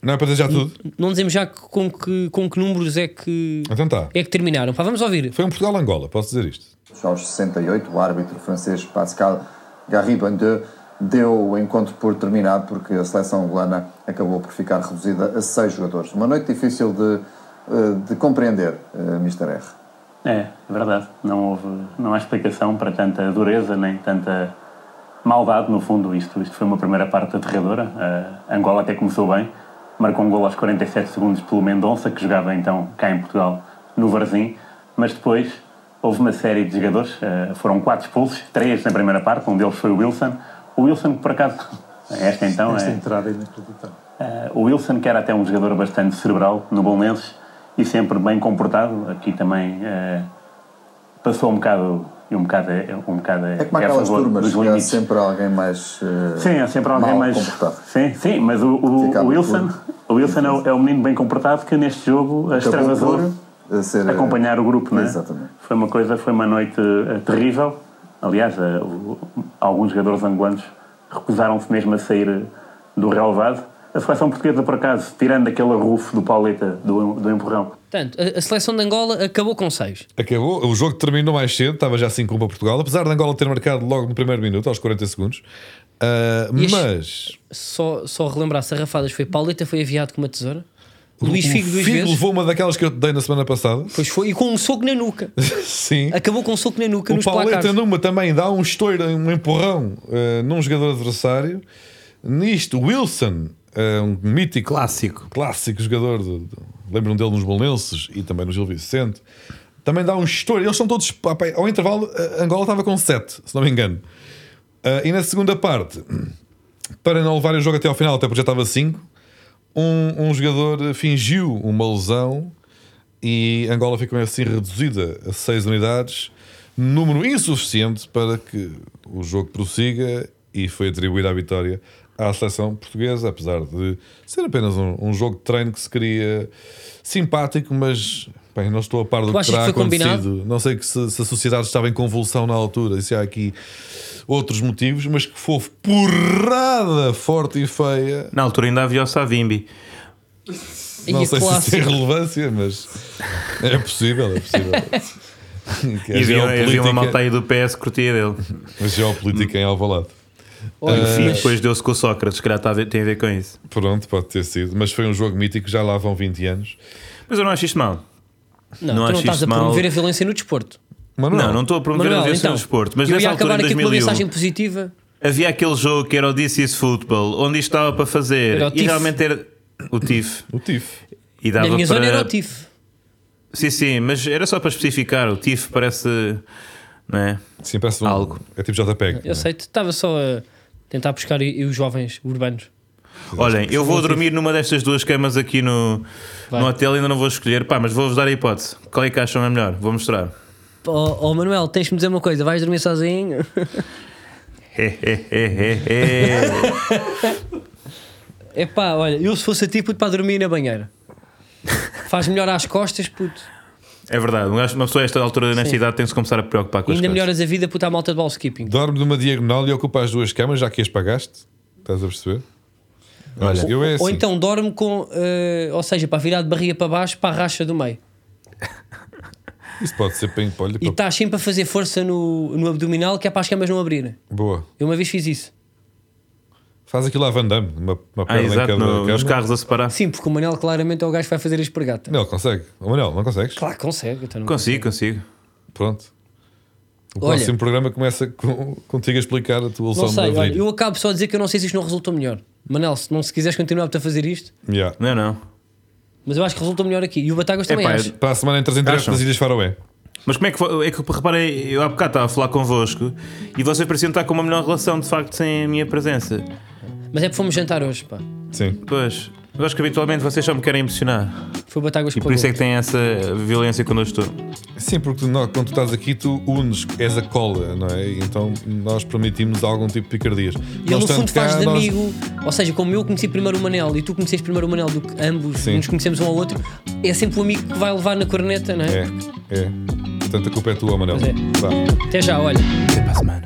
não é para dizer já tudo?
Não dizemos já que- com, que, com que números é que,
Então tá.
é que terminaram. Pá, vamos ouvir.
Foi um Portugal-Angola, posso dizer isto.
Aos 68, o árbitro francês Pascal Garibandeux deu o encontro por terminado porque a seleção angolana acabou por ficar reduzida a seis jogadores. Uma noite difícil de, eh, de compreender, eh, Mr. R.
É, verdade. Não houve, não há explicação para tanta dureza nem tanta maldade no fundo. Isto, isto foi uma primeira parte aterradora. A Angola até começou bem, marcou um gol aos 47 segundos pelo Mendonça, que jogava então cá em Portugal no Varzim, mas depois houve uma série de jogadores, eh, foram quatro expulsos, três na primeira parte, um deles foi o Wilson. O Wilson que por acaso esta então é,
entrada inacreditável.
eh, o Wilson, que era até um jogador bastante cerebral no Bolonenses e sempre bem comportado, aqui também eh, passou um bocado. e Um bocado, é- um bocado
É como
a
aquelas
favor
turmas,
dos
que há
limites.
sempre alguém mais. eh,
Sim, há sempre alguém
mal
mais.
comportado.
Sim, sim, mas o, o-
Ficava
o Wilson,
por-
o Wilson é, o, é o menino bem comportado que neste jogo eh,
Acabou
extravasou
por, eh, ser, eh,
acompanhar o grupo, não é?
Exatamente.
Foi uma coisa, foi uma noite eh, terrível. Aliás, eh, o- alguns jogadores angolanos recusaram-se mesmo a sair eh, do relevado. A seleção portuguesa, por acaso, tirando aquele arrufo do Pauleta, do, do empurrão,
Portanto, a, a seleção de Angola acabou com 6.
Acabou, o jogo terminou mais cedo, estava já 5-1 para Portugal, apesar de Angola ter marcado logo no primeiro minuto, aos 40 segundos. Ah,
E este-
mas...
Só, só relembrar, Sarrafadas foi Pauleta, foi aviado com uma tesoura. Luís
O
Figo duas
Figo
vezes.
levou uma daquelas que eu te dei na semana passada.
Pois foi, e com um soco na nuca.
Sim.
Acabou com um soco na nuca
O
nos
Pauleta
placares.
numa também dá um estouro, um empurrão eh, num jogador adversário. Nisto, Wilson, eh, um mítico
Clássico.
clássico jogador, do, do, lembram dele nos Bolonenses e também no Gil Vicente, também dá um estouro. Eles são todos. pá, pá, Ao intervalo, a Angola estava com 7, se não me engano. Ah, e na segunda parte, para não levar o jogo até ao final, até porque já estava 5, um, um jogador fingiu uma lesão e Angola ficou assim reduzida a 6 unidades, número insuficiente para que o jogo prossiga e foi atribuída a vitória à seleção portuguesa, apesar de ser apenas um, um jogo de treino que se queria simpático, mas bem, não estou a par do que
achas que
terá
foi
acontecido.
combinado?
Não sei que se, se a sociedade estava em convulsão na altura e se há aqui outros motivos, mas que foi porrada forte e feia.
Na altura ainda havia o Savimbi.
E
Não
a
sei se isso é-
classe.
tem relevância, mas é possível, é possível. Que a
E havia, havia
geopolítica-
uma malta aí do PS que curtia dele.
A geopolítica em Alvalade.
Olha,
e
mas-
depois deu-se com o Sócrates, se calhar tá a ver- tem a ver com isso.
Pronto, pode ter sido. Mas foi um jogo mítico, já lá vão 20 anos.
Mas eu não acho isto mal.
Não,
não
tu
acho
não estás
isto
a promover
mal.
a violência no desporto.
Manuel,
Não, não estou a promover a
Manuel,
violência
então,
no desporto. Mas
eu ia
nessa altura,
acabar
em
aqui com uma
2001,
mensagem positiva.
havia aquele jogo que era o This is Football, onde isto estava para fazer.
Era o
E
TIF.
realmente era o TIF.
o TIF.
E
Na
dava
minha
para...
zona era o TIF.
Sim, sim, mas era só para especificar. O TIF parece. Não é?
Sim, parece um,
Algo.
É tipo JPEG.
Eu sei, estava só a tentar buscar e- e os jovens urbanos.
Olhem, eu vou dormir numa destas duas camas aqui no,
Vai.
no hotel, ainda não vou escolher. Pá, mas vou-vos dar a hipótese. Qual é que acham é melhor? Vou mostrar.
Oh, oh, Manuel, tens de me dizer uma coisa, vais dormir sozinho? É pá, olha, eu se fosse a ti, puto, para dormir na banheira. Faz melhor às costas, puto.
É verdade, um gajo- uma pessoa a esta altura nesta
Sim.
idade tem que se começar a preocupar com as
Ainda
coisas.
melhoras a vida, puto, à malta de ball skipping.
Dorme numa diagonal e ocupa as duas camas, já que as pagaste. Estás a perceber? Olha, eu é assim.
Ou então dorme com, eh, ou seja, para virar de barriga para baixo, para a racha do meio.
Isso pode ser para olha,
E estás sempre a fazer força no, no abdominal, que é para as camas não abrirem.
Boa.
Eu uma vez fiz isso.
Faz aquilo à Van Damme, uma, uma
Ah,
perna em
exato,
cada
no- nos
cama.
carros a separar.
Sim, porque o Manel claramente é o gajo que vai fazer a espargata.
Não, consegue. Ô, Manuel, não consegues?
Claro que consegue. Então não
Consigo, consigo.
Pronto. O
Olha.
próximo programa começa com, contigo a explicar a tua
Não
lesão
sei,
de
olha,
abril.
eu acabo só a dizer que eu não sei se isto não resultou melhor. Manel, se não se quiseres continuar a fazer isto,
Yeah.
Não, não.
mas eu acho que resultou melhor aqui. E o Batagas também
Epá, é-
acho.
Para a semana entras em direto
Acham?
nas Ilhas Faroé.
Mas como é que foi? É que reparei, eu há bocado estava a falar convosco e vocês pareciam estar com uma melhor relação, de facto, sem a minha presença.
Mas é porque fomos jantar hoje, pá.
Sim.
Pois, eu acho que habitualmente vocês só me querem impressionar.
Foi o Batagas que
Tipo
E por isso é
pagou.
que têm essa violência quando eu estou.
Sim, porque tu, nó- quando tu estás aqui, tu unes, és a cola, não é? E Então nós permitimos algum tipo de picardias.
E ele no fundo faz de amigo, ou seja, como eu conheci primeiro o Manel e tu conheces primeiro o Manel do que ambos,
Sim.
nos conhecemos um ao outro, é sempre o amigo que vai levar na corneta, não é?
É, é. Portanto, a culpa é tua, Manel.
Pois é.
Vá.
Até já, olha.
Tipo
Até para a semana.